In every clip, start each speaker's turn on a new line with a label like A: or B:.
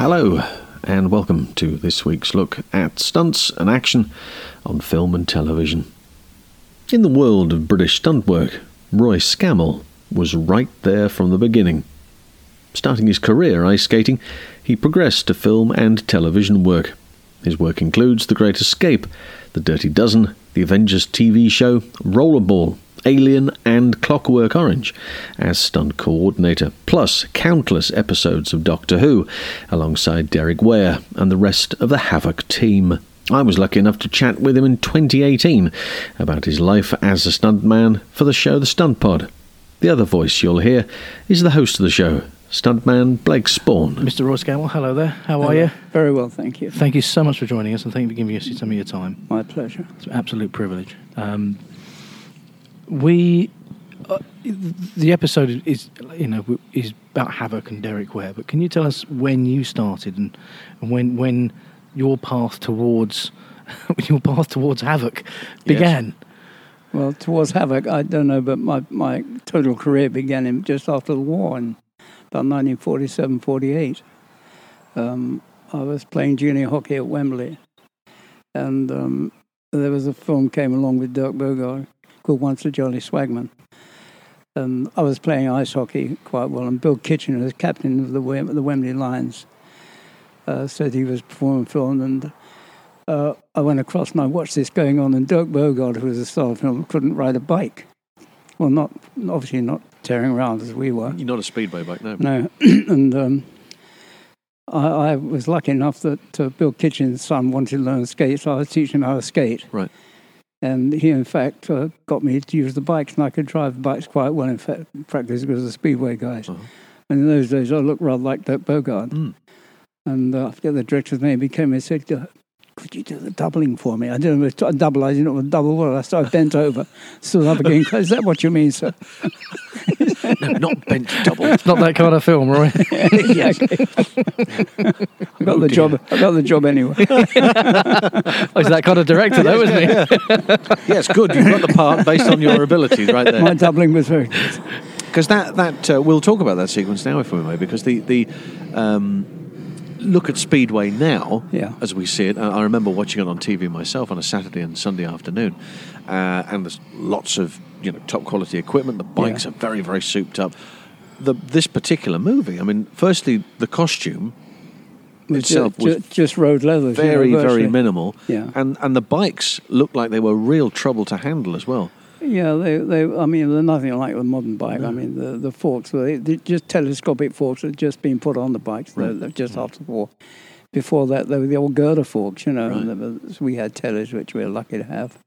A: Hello, and welcome to this week's look at stunts and action on film and television. In the world of British stunt work, Roy Scammell was right there from the beginning. Starting his career ice skating, he progressed to film and television work. His work includes The Great Escape, The Dirty Dozen, The Avengers TV show, Rollerball, Alien, and Clockwork Orange as stunt coordinator, plus countless episodes of Doctor Who alongside Derek Ware and the rest of the Havoc team. I was lucky enough to chat with him in 2018 about his life as a stuntman for the show The Stunt Pod. The other voice you'll hear is the host of the show, stuntman Blake Spawn.
B: Mr. Roy Scammell, hello there. How are
C: Hello.
B: you?
C: Very well, thank you.
B: Thank you so much for joining us and thank you for giving us some of your time.
C: My pleasure.
B: It's an absolute privilege. Um, we, uh, the episode is, you know, is about Havoc and Derek Ware, but can you tell us when you started and, and when, when your path towards, when your path towards Havoc began?
C: Well, towards Havoc, I don't know, but my, my total career began in just after the war in about 1947 48. Um, I was playing junior hockey at Wembley, and um, there was a film came along with Dirk Bogarde called Once a Jolly Swagman. And I was playing ice hockey quite well, and Bill Kitchener, the captain of the, Wem- the Wembley Lions, uh, said he was performing film, and uh, I went across and I watched this going on, and Dirk Bogarde, who was a star of the film, couldn't ride a bike. Well, not obviously not tearing around as we were.
A: You're not a speedway bike, no.
C: No, and um, I, I was lucky enough that uh, Bill Kitchen's son wanted to learn to skate, so I was teaching him how to skate.
A: Right.
C: And he, in fact, uh, got me to use the bikes, and I could drive the bikes quite well. In fact, practically because of the speedway guys.
A: Uh-huh.
C: And in those days, I looked rather like Dirk Bogard.
A: Mm.
C: And uh, I forget the director's name. He came and said, "Uh, "Could you do the doubling for me?" I didn't know if it was a double. I didn't know what a double was. So I bent over, stood up again. Is that what you mean, sir?
A: no not bent double.
B: It's not that kind of film, Roy.
C: yes. I got the job. I got the job anyway.
B: It's that kind of director, though, isn't it?
A: yes, good. You've got the part based on your abilities right there.
C: My doubling was very good.
A: Because that that uh, we'll talk about that sequence now, if we may, because the the um, look at Speedway now,
C: Yeah.
A: as we see it. I I remember watching it on TV myself on a Saturday and Sunday afternoon, uh, and there's lots of you know top quality equipment. The bikes
C: Yeah.
A: are very very souped up. The, this particular movie, I mean, firstly the costume itself
C: Ju- ju-
A: was
C: just, road leathers. you know,
A: very very
C: virtually.
A: minimal,
C: Yeah.
A: and and the bikes looked like they were real trouble to handle as well.
C: Yeah, they, they. I mean, they're nothing like the modern bike. I mean, the the forks were they, they just telescopic forks had just been put on the bikes
A: Right.
C: they're- they're just after the war. Before that, they were the old girder forks, you know. and there was- we had tellers, which we were lucky to have.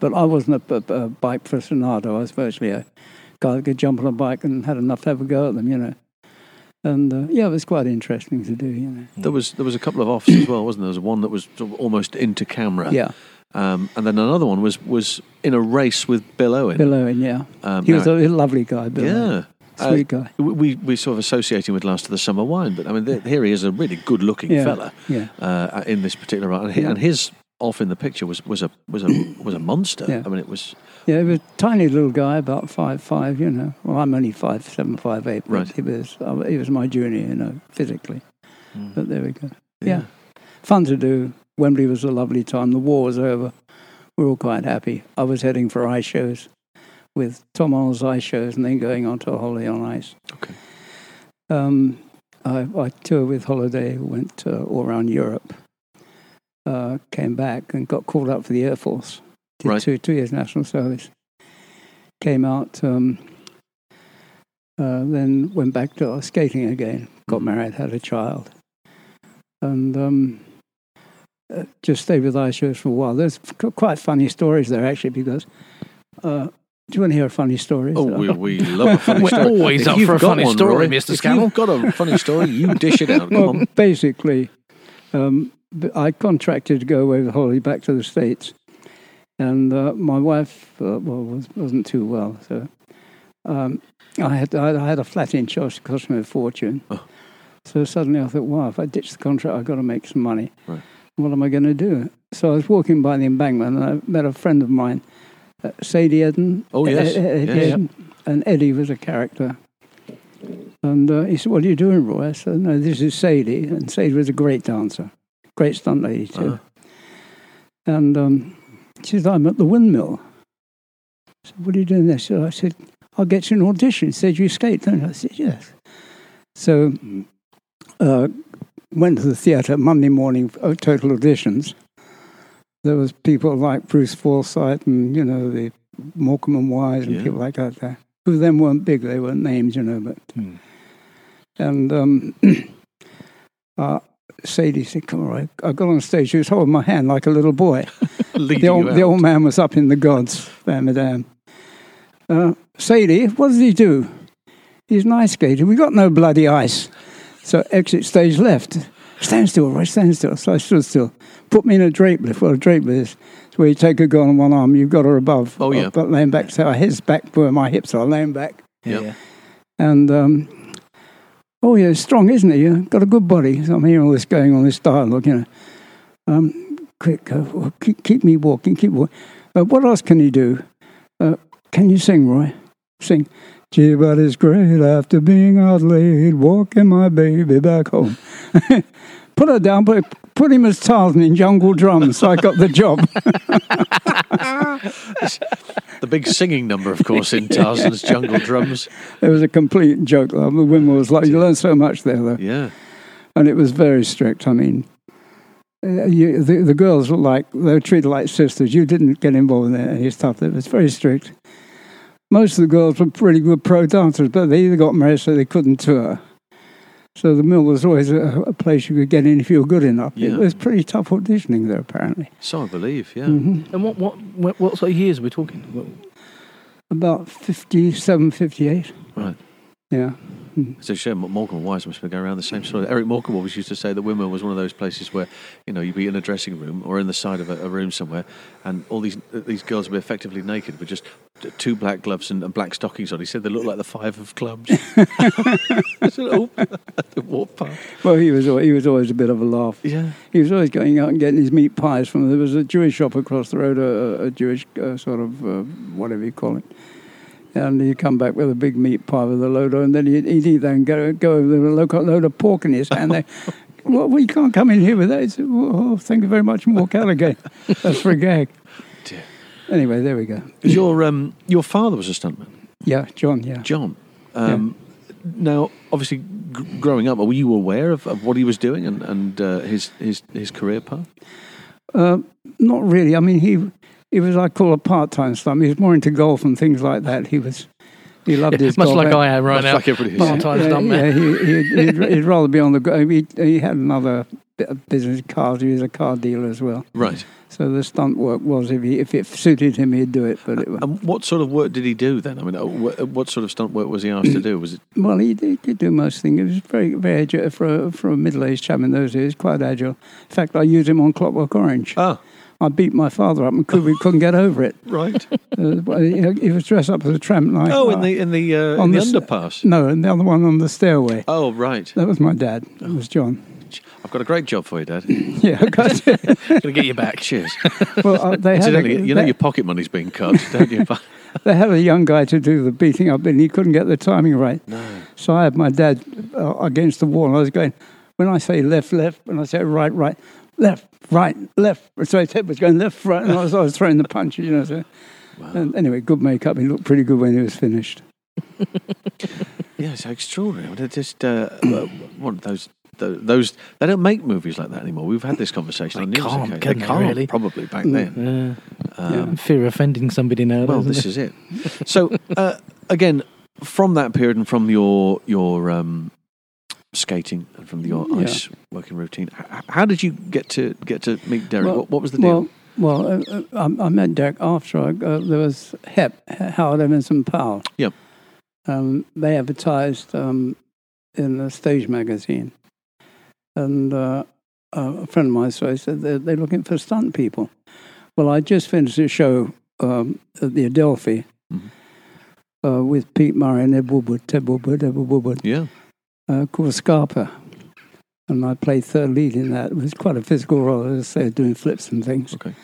C: But I wasn't a, b- a bike aficionado. I was virtually a guy that could jump on a bike and had enough to have a go at them, you know. And uh, yeah, it was quite interesting to do, you know.
A: There was there was a couple of offs as well, wasn't there? There was one that was sort of almost into camera,
C: Yeah,
A: um, and then another one was was in a race with Bill Owen.
C: Bill Owen, yeah.
A: Um,
C: He was a
A: now-
C: lovely guy, Bill. Owen.
A: yeah, Uh,
C: Sweet guy.
A: we- we we sort of associate him with Last of the Summer Wine, but I mean, th- here he is, a really good looking
C: Yeah.
A: fella
C: Yeah.
A: uh, in this particular role, and, he, and his off in the picture was was a was a was a monster.
C: Yeah.
A: I mean, it was
C: Yeah, he was a tiny little guy, about five five. You know, well, I'm only five seven, five eight. but
A: Right.
C: He was uh, he was my junior, you know, physically. But there we go. Yeah.
A: Yeah.
C: fun to do. Wembley was a lovely time. The war was over. We were all quite happy. I was heading for ice shows with Tom Arnold's ice shows, and then going on to Holiday on Ice.
A: Okay.
C: Um, I, I toured with Holiday, went uh, all around Europe, uh, came back, and got called up for the Air Force. Did
A: Right.
C: two two years national service. Came out. Um, uh, then went back to skating again. Got
A: Mm.
C: married, had a child, and um, uh, just stayed with ice shows for a while. There's qu- quite funny stories there actually because. Uh, do you want to hear a funny story?
A: oh we, we love a funny
B: We're
A: story.
B: always
A: If
B: up
A: you've
B: for a
A: got
B: funny
A: one,
B: story,
A: Roy,
B: Mr.
A: If
B: Scammell.
A: you've got a funny story, you dish it out. Come
C: well,
A: on.
C: basically, um, b- I contracted to go away with Holly back to the States, and uh, my wife uh, well, was, wasn't too well, so um, I had I, I had a flat in charge that cost me a fortune.
A: Oh.
C: So suddenly I thought, wow, if I ditch the contract, I've got to make some money.
A: Right.
C: What am I going to do? So I was walking by the embankment, and I met a friend of mine, uh, Sadie Eden. Uh,
A: Oh, yes.
C: Ed- Ed-
A: Yes.
C: Eden. and Eddie was a character. And uh, he said, What are you doing, Roy? I said, No, this is Sadie. And Sadie was a great dancer, great stunt lady, too.
A: Uh-huh.
C: And um, she said, I'm at the windmill. I said, What are you doing there? She said, I said, I'll get you an audition. She said, You skate, don't you? I said, Yes. So uh, went to the theatre Monday morning for uh, total auditions. There was people like Bruce Forsyth and, you know, the Morecambe and Wise and
A: Yeah.
C: people like that there, who then weren't big, they weren't names, you know, but
B: Hmm.
C: and um, uh, Sadie said, "Come on." Roy." I got on stage. She was holding my hand like a little boy.
A: Leading
C: The old,
A: you
C: the
A: out.
C: old man was up in the gods, there, madame. Uh, Sadie, what does he do? He's an ice skater. We got no bloody ice. So exit stage left. Stand still, Roy, stand still. So I stood still. Put me in a drape lift. Well, a drape lift is where you take a girl on one arm, you've got her above.
A: Oh, yeah.
C: I've got laying back. So his back where my hips are, laying back.
A: Yep.
B: Yeah.
C: And um, oh yeah, he's strong, isn't he? Yeah, got a good body. So I'm hearing all this going on, this dialogue, you know. Um, quick, uh, w- keep, keep me walking, keep walking. Uh, what else can you do? Uh, can you sing, Roy? Sing. Gee, but it's great after being out late, walking my baby back home. put her down, put, put him as Tarzan in Jungle Drums. so I got the job.
A: The big singing number, of course, in Tarzan's Jungle Drums.
C: it was a complete joke. The women was like, you learn so much there, though.
A: Yeah.
C: and it was very strict. I mean, uh, you, the, the girls were like they were treated like sisters. You didn't get involved in any stuff. It was very strict. Most of the girls were pretty good pro dancers, but they either got married so they couldn't tour. So the mill was always a, a place you could get in if you were good enough.
A: Yeah.
C: It was pretty tough auditioning there, apparently.
A: So I believe, yeah.
C: hmm
B: And what, what what what sort of years are we talking? What-
C: About 57, 58.
A: Right.
C: Yeah.
A: It's a shame that Morecambe and Wise must be going around the same sort of. Eric Morecambe always used to say that Wimmer was one of those places where, you know, you'd be in a dressing room or in the side of a, a room somewhere, and all these these girls would be effectively naked with just t- two black gloves and, and black stockings on. He said they looked like the five of clubs. I said, oh, they walked past.
C: Well, he was, al- he was always a bit of a laugh.
A: Yeah.
C: He was always going out and getting his meat pies from. There was a Jewish shop across the road, a, a- a Jewish uh, sort of uh, whatever you call it. And he'd come back with a big meat pie with a load, on, and then he'd, he'd eat that and go, go over there with a load, load of pork in his hand. They, well, we can't come in here with that. He said, oh, thank you very much, and walk out again. That's for a gag.
A: Dear.
C: Anyway, there we go.
A: 'Cause Your, um, your father was a stuntman.
C: Yeah, John, yeah.
A: John. Um, Now, obviously, g- growing up, were you aware of, of what he was doing and, and uh, his, his his career path?
C: Uh, not really. I mean, he he was I call a part time slum. He was more into golf and things like that. He was he loved his
B: much
C: golf.
B: like I am right
A: Much
B: now.
A: like everybody is.
B: Part-time
C: yeah,
B: stuntman.
C: yeah, he, he'd, he'd, he'd rather be on the. go- He, he had another bit of business cars. He was a car dealer as well.
A: Right.
C: So the stunt work was if he, if it suited him, he'd do it. But it,
A: And what sort of work did he do then? I mean, uh, wh- uh, what sort of stunt work was he asked to do? Was it?
C: well, he did, could do most things. He was very very agile for a, for a middle aged chap in those days. Quite agile. In fact, I used him on Clockwork Orange.
A: Ah,
C: I beat my father up and could, we couldn't get over it.
A: right.
C: Uh, well, he, he was dressed up as a tramp. and I-
A: oh,
C: I-
A: in the in the uh,
C: On
A: in the
C: this-
A: underpass.
C: No, and the other one on the stairway.
A: Oh, right.
C: That was my dad. That was John.
A: I've got a great job for you, Dad.
C: Yeah, because,
B: Gonna get you back.
A: Cheers.
C: well, uh, they had a,
A: Incidentally, you know
C: they,
A: your pocket money's being cut, don't you?
C: they had a young guy to do the beating up, and he couldn't get the timing right.
A: no.
C: So I had my dad uh, against the wall, and I was going. When I say left, left, when I say right, right, left, right, left. So his head was going left, right, and I was, I was throwing the punches, you know. So. And anyway, good makeup. He looked pretty good when he was finished.
A: Yeah, it's extraordinary. I mean, they're just uh, uh, one of those. tho- Those they don't make movies like that anymore. We've had this conversation.
B: They
A: on numerous occasions.
B: can't, can
A: they
B: they,
A: can't
B: really?
A: probably back
C: Mm.
A: then.
B: Yeah.
A: Um,
B: Uh, Fear of offending somebody now.
A: Well,
B: doesn't
A: this
B: it?
A: is it. So uh, again, from that period and from your your um, skating and from your
C: Yeah.
A: ice working routine, h- h- how did you get to get to meet Derek?
C: Well-
A: what, what was the deal?
C: Well, well, uh, uh, I, I met Derek after I, uh, there was HEP, Howard Emerson Powell.
A: Yep.
C: Um, they advertised um, in the stage magazine, and uh, uh, a friend of mine so he said they're, they're looking for stunt people. Well, I just finished a show um, at the Adelphi.
A: Mhm.
C: Uh, with Pete Murray and Ed Woodward, Ted Woodward, Ed Woodward,
A: yeah,
C: uh, called Scarpa. And I played third lead in that. It was quite a physical role, as I say, doing flips and things.
A: Okay.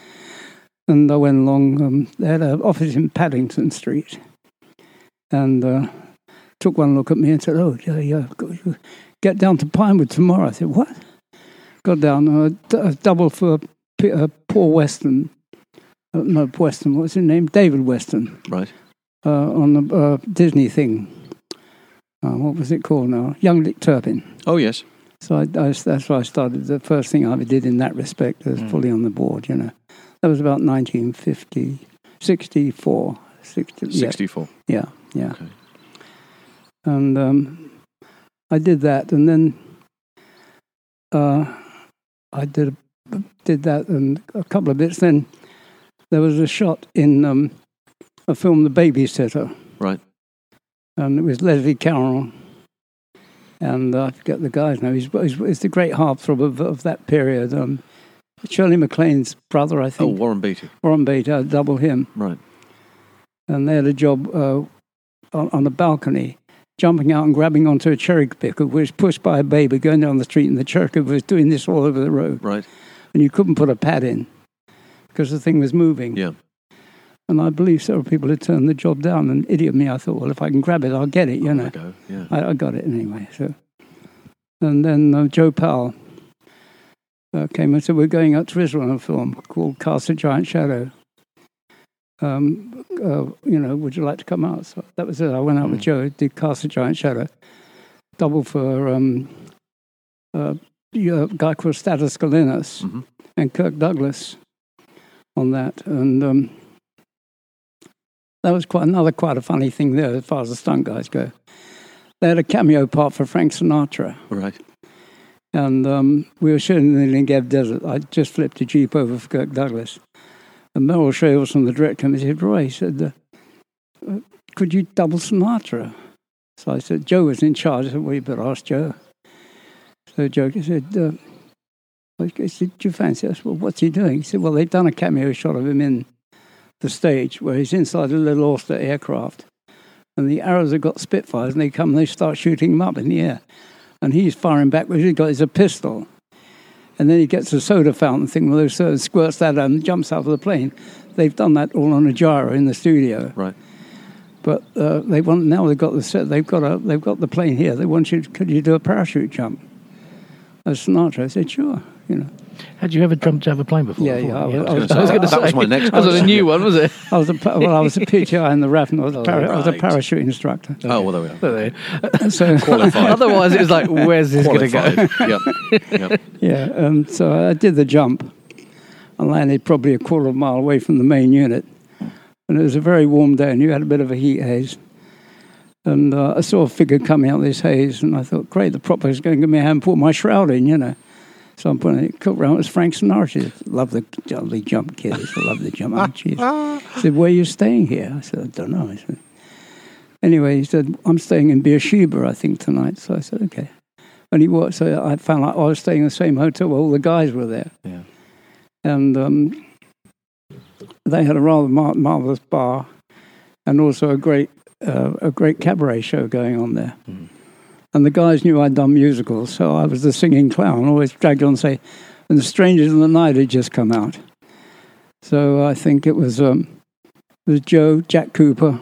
C: And I went along, um, they had an office in Paddington Street. And uh, took one look at me and said, "Oh, yeah, yeah, go- you get down to Pinewood tomorrow." I said, "What?" Got down and I d- I doubled for P- uh, Paul Weston. Uh, no, Weston. What's his name? David Weston
A: Right.
C: uh, on the uh, Disney thing. Uh, what was it called now? Young Dick Turpin.
A: Oh, yes.
C: So I, I- that's why I started. The first thing I ever did in that respect was
B: Mm.
C: fully on the board, you know. That was about 1950, 64. 60, yeah,
A: 64.
C: yeah, yeah.
A: Okay.
C: And um, I did that, and then uh, I did did that, and a couple of bits. Then there was a shot in um, a film, The Babysitter,
A: Right.
C: and it was Leslie Carroll, and uh, I forget the guy's name. He's, he's, he's the great heartthrob of, of that period. Um, Shirley MacLaine's brother, I
A: Oh,
C: think,
A: Warren Beatty.
C: Warren Beatty, I'd double him
A: Right.
C: and they had a job uh, on, on the balcony, jumping out and grabbing onto a cherry picker, which was pushed by a baby going down the street, and the cherry picker was doing this all over the road,
A: Right.
C: and you couldn't put a pad in because the thing was moving.
A: Yeah.
C: And I believe several people had turned the job down, and idiot me, I thought, well, if I can grab it, I'll get it, you
A: Oh,
C: know.
A: there go. Yeah.
C: I, I got it anyway. So, and then uh, Joe Powell uh, came and said, "We're going out to Israel on a film called Cast a Giant Shadow. Um, uh, you know, would you like to come out?" So that was it. I went out with
B: Mm.
C: Joe, did Cast a Giant Shadow, double for um, uh, yeah, a guy called Status Galinas
A: Mhm.
C: and Kirk Douglas on that, and. Um, that was quite another quite a funny thing there as far as the stunt guys go they had a cameo part for Frank Sinatra.
A: Right.
C: And um, we were shooting in the Negev Desert. I just flipped a Jeep over for Kirk Douglas. And Merrill Shavels from the director came and said, Roy, he said, uh, uh, could you double Sinatra? So I said, Joe was in charge. I said, well, you better ask Joe. So Joe said, uh, I said, do you fancy us? Well, what's he doing? He said, well, they've done a cameo shot of him in the stage where he's inside a little Auster aircraft. And the arrows have got Spitfires and they come and they start shooting him up in the air and he's firing backwards. He's got his pistol. And then he gets a soda fountain thing with those soda, squirts that out and jumps out of the plane. They've done that all on a gyro in the studio.
A: Right.
C: But uh, they want now they've got the set, they've got a, they've got the plane here. They want you to, could you do a parachute jump? As Sinatra, I said sure. You know,
B: Had you ever jumped out of a plane before?
C: Yeah,
B: I thought-
C: yeah, I was-
A: I was gonna say,
B: I was going to say
A: that was my next
B: That was a
A: question.
B: new one, was it?
C: I was a pa- well, I was a PTI in the RAF, and I was a, para- I was a
A: Oh, Right.
C: parachute instructor.
A: Oh, well, there we are.
C: So
A: Qualified.
B: Otherwise, it was like, where's this going to go?
A: Qualified. yeah. Yeah.
C: Yeah, um, so I did the jump and landed probably a quarter of a mile away from the main unit. And it was a very warm day, and you had a bit of a heat haze. And uh, I saw a figure coming out of this haze, and I thought, great, the prop is going to give me a hand, put my shroud in, you know. So I'm putting it, cooked round, it was Frank Sinatra. Love the, love the jump, kid. I said, love the jump. Oh, jeez. He said, where are you staying here? I said, I don't know. I said, anyway, he said, I'm staying in Beersheba, I think, tonight. So I said, okay. And he worked, so I found out I was staying in the same hotel where all the guys were there.
B: Yeah.
C: And um, they had a rather mar- marvelous bar and also a great, uh, a great cabaret show going on there. And the guys knew I'd done musicals, so I was the singing clown, always dragged on and say, and The Strangers in the Night had just come out. So I think it was, um, it was Joe, Jack Cooper,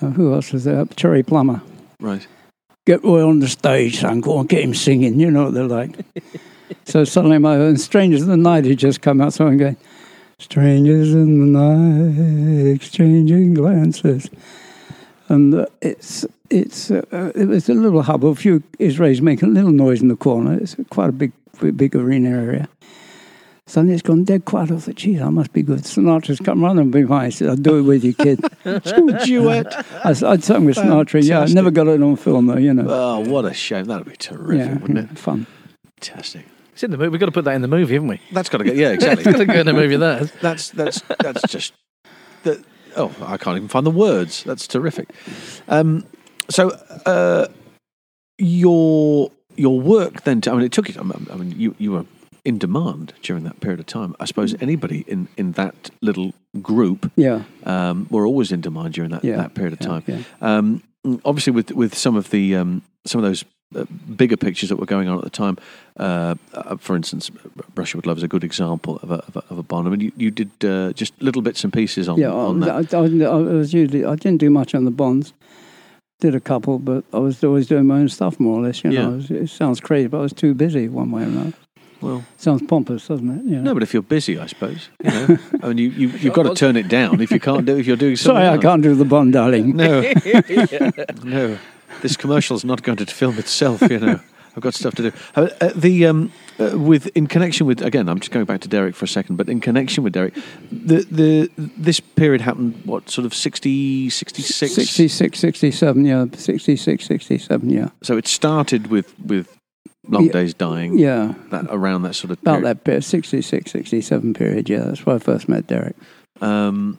C: uh, who else was there? Cherry Plummer
A: Right.
C: get Roy on the stage, son. Go on, get him singing. You know what they're like. so suddenly, my and strangers in the night had just come out. So I'm going, strangers in the night, exchanging glances, and uh, it's it's uh, it was a little hub. A few Israelis making a little noise in the corner. It's quite a big big arena area. Suddenly it's gone dead quiet. I thought, geez, I must be good. Sinatra's come round and be mine. He said, I'll do it with you, kid.
A: Duet.
C: I, s- I'd sung with Sinatra, yeah. I never got it on film, though, you know.
A: Oh, what a shame. That'd be terrific,
C: yeah,
A: wouldn't it?
C: yeah, fun.
A: Fantastic.
B: It's in the movie. We've got to put that in the movie, haven't we?
A: That's got to go. Yeah,
B: It's got
A: exactly.
B: to go in the movie. That
A: that's that's that's just. The, oh, I can't even find the words. That's terrific. Um, so uh, your your work then. I mean, it took it. I mean, you you were in demand during that period of time. I suppose anybody in in that little group
C: Yeah,
A: um, were always in demand during that,
C: Yeah,
A: that period of
C: yeah,
A: time.
C: yeah.
A: Um, obviously, with with some of the um, some of those uh, bigger pictures that were going on at the time, uh, uh, for instance, Russia with Love is a good example of a of a, of a Bond. I mean, you, you did uh, just little bits and pieces on
C: yeah. I,
A: on that.
C: I, I, I was usually I didn't do much on the bonds. did a couple, but I was always doing my own stuff more or less. You know,
A: Yeah.
C: I was, it sounds crazy, but I was too busy one way or another.
A: Well,
C: Sounds pompous, doesn't it? You know?
A: no, but if you're busy, I suppose. You know, I mean, you, you you've got to turn it down if you can't do if you're doing something.
C: Sorry, I
A: else.
C: can't do the Bond, darling.
A: No, no, this commercial's not going to film itself. You know, I've got stuff to do. Uh, uh, the um, uh, with in connection with again, I'm just going back to Derek for a second, but in connection with Derek, the the this period happened. What sort of 60, 66?
C: 66, 67, yeah. 66, 67, yeah.
A: So it started with with long
C: Yeah.
A: days dying.
C: Yeah,
A: That around that sort of
C: about
A: period.
C: that period, 66, 67 period, yeah. That's where I first met Derek.
A: Um,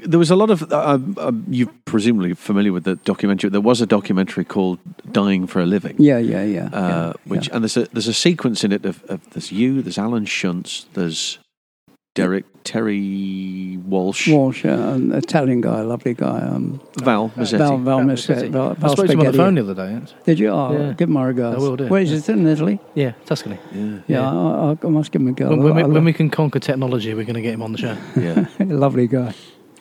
A: there was a lot of uh, um, you're presumably familiar with the documentary. There was a documentary called "Dying for a Living,"
C: Yeah, yeah, yeah.
A: uh,
C: yeah,
A: which
C: yeah.
A: and there's a there's a sequence in it of, of there's you, there's Alan Shunts, there's Derek Terry Walsh,
C: Walsh, uh, an Italian guy, lovely guy. Um,
A: Val Mazzetti.
C: Val, Val,
B: Val
C: Messi-
B: Mazzetti.
C: Val,
B: I
C: Val
B: spoke to him on the
C: Spaghetti.
B: phone the other day. actually.
C: Did you? Oh,
B: Yeah.
C: give my regards.
B: I will do,
C: Where is it in Italy?
B: Yeah, Tuscany.
A: yeah,
C: Yeah,
B: Yeah.
C: I, I, I must give him a go.
B: When, when
C: I
B: we,
C: love-
B: when we can conquer technology, we're going to get him on the show.
A: yeah.
C: lovely guy.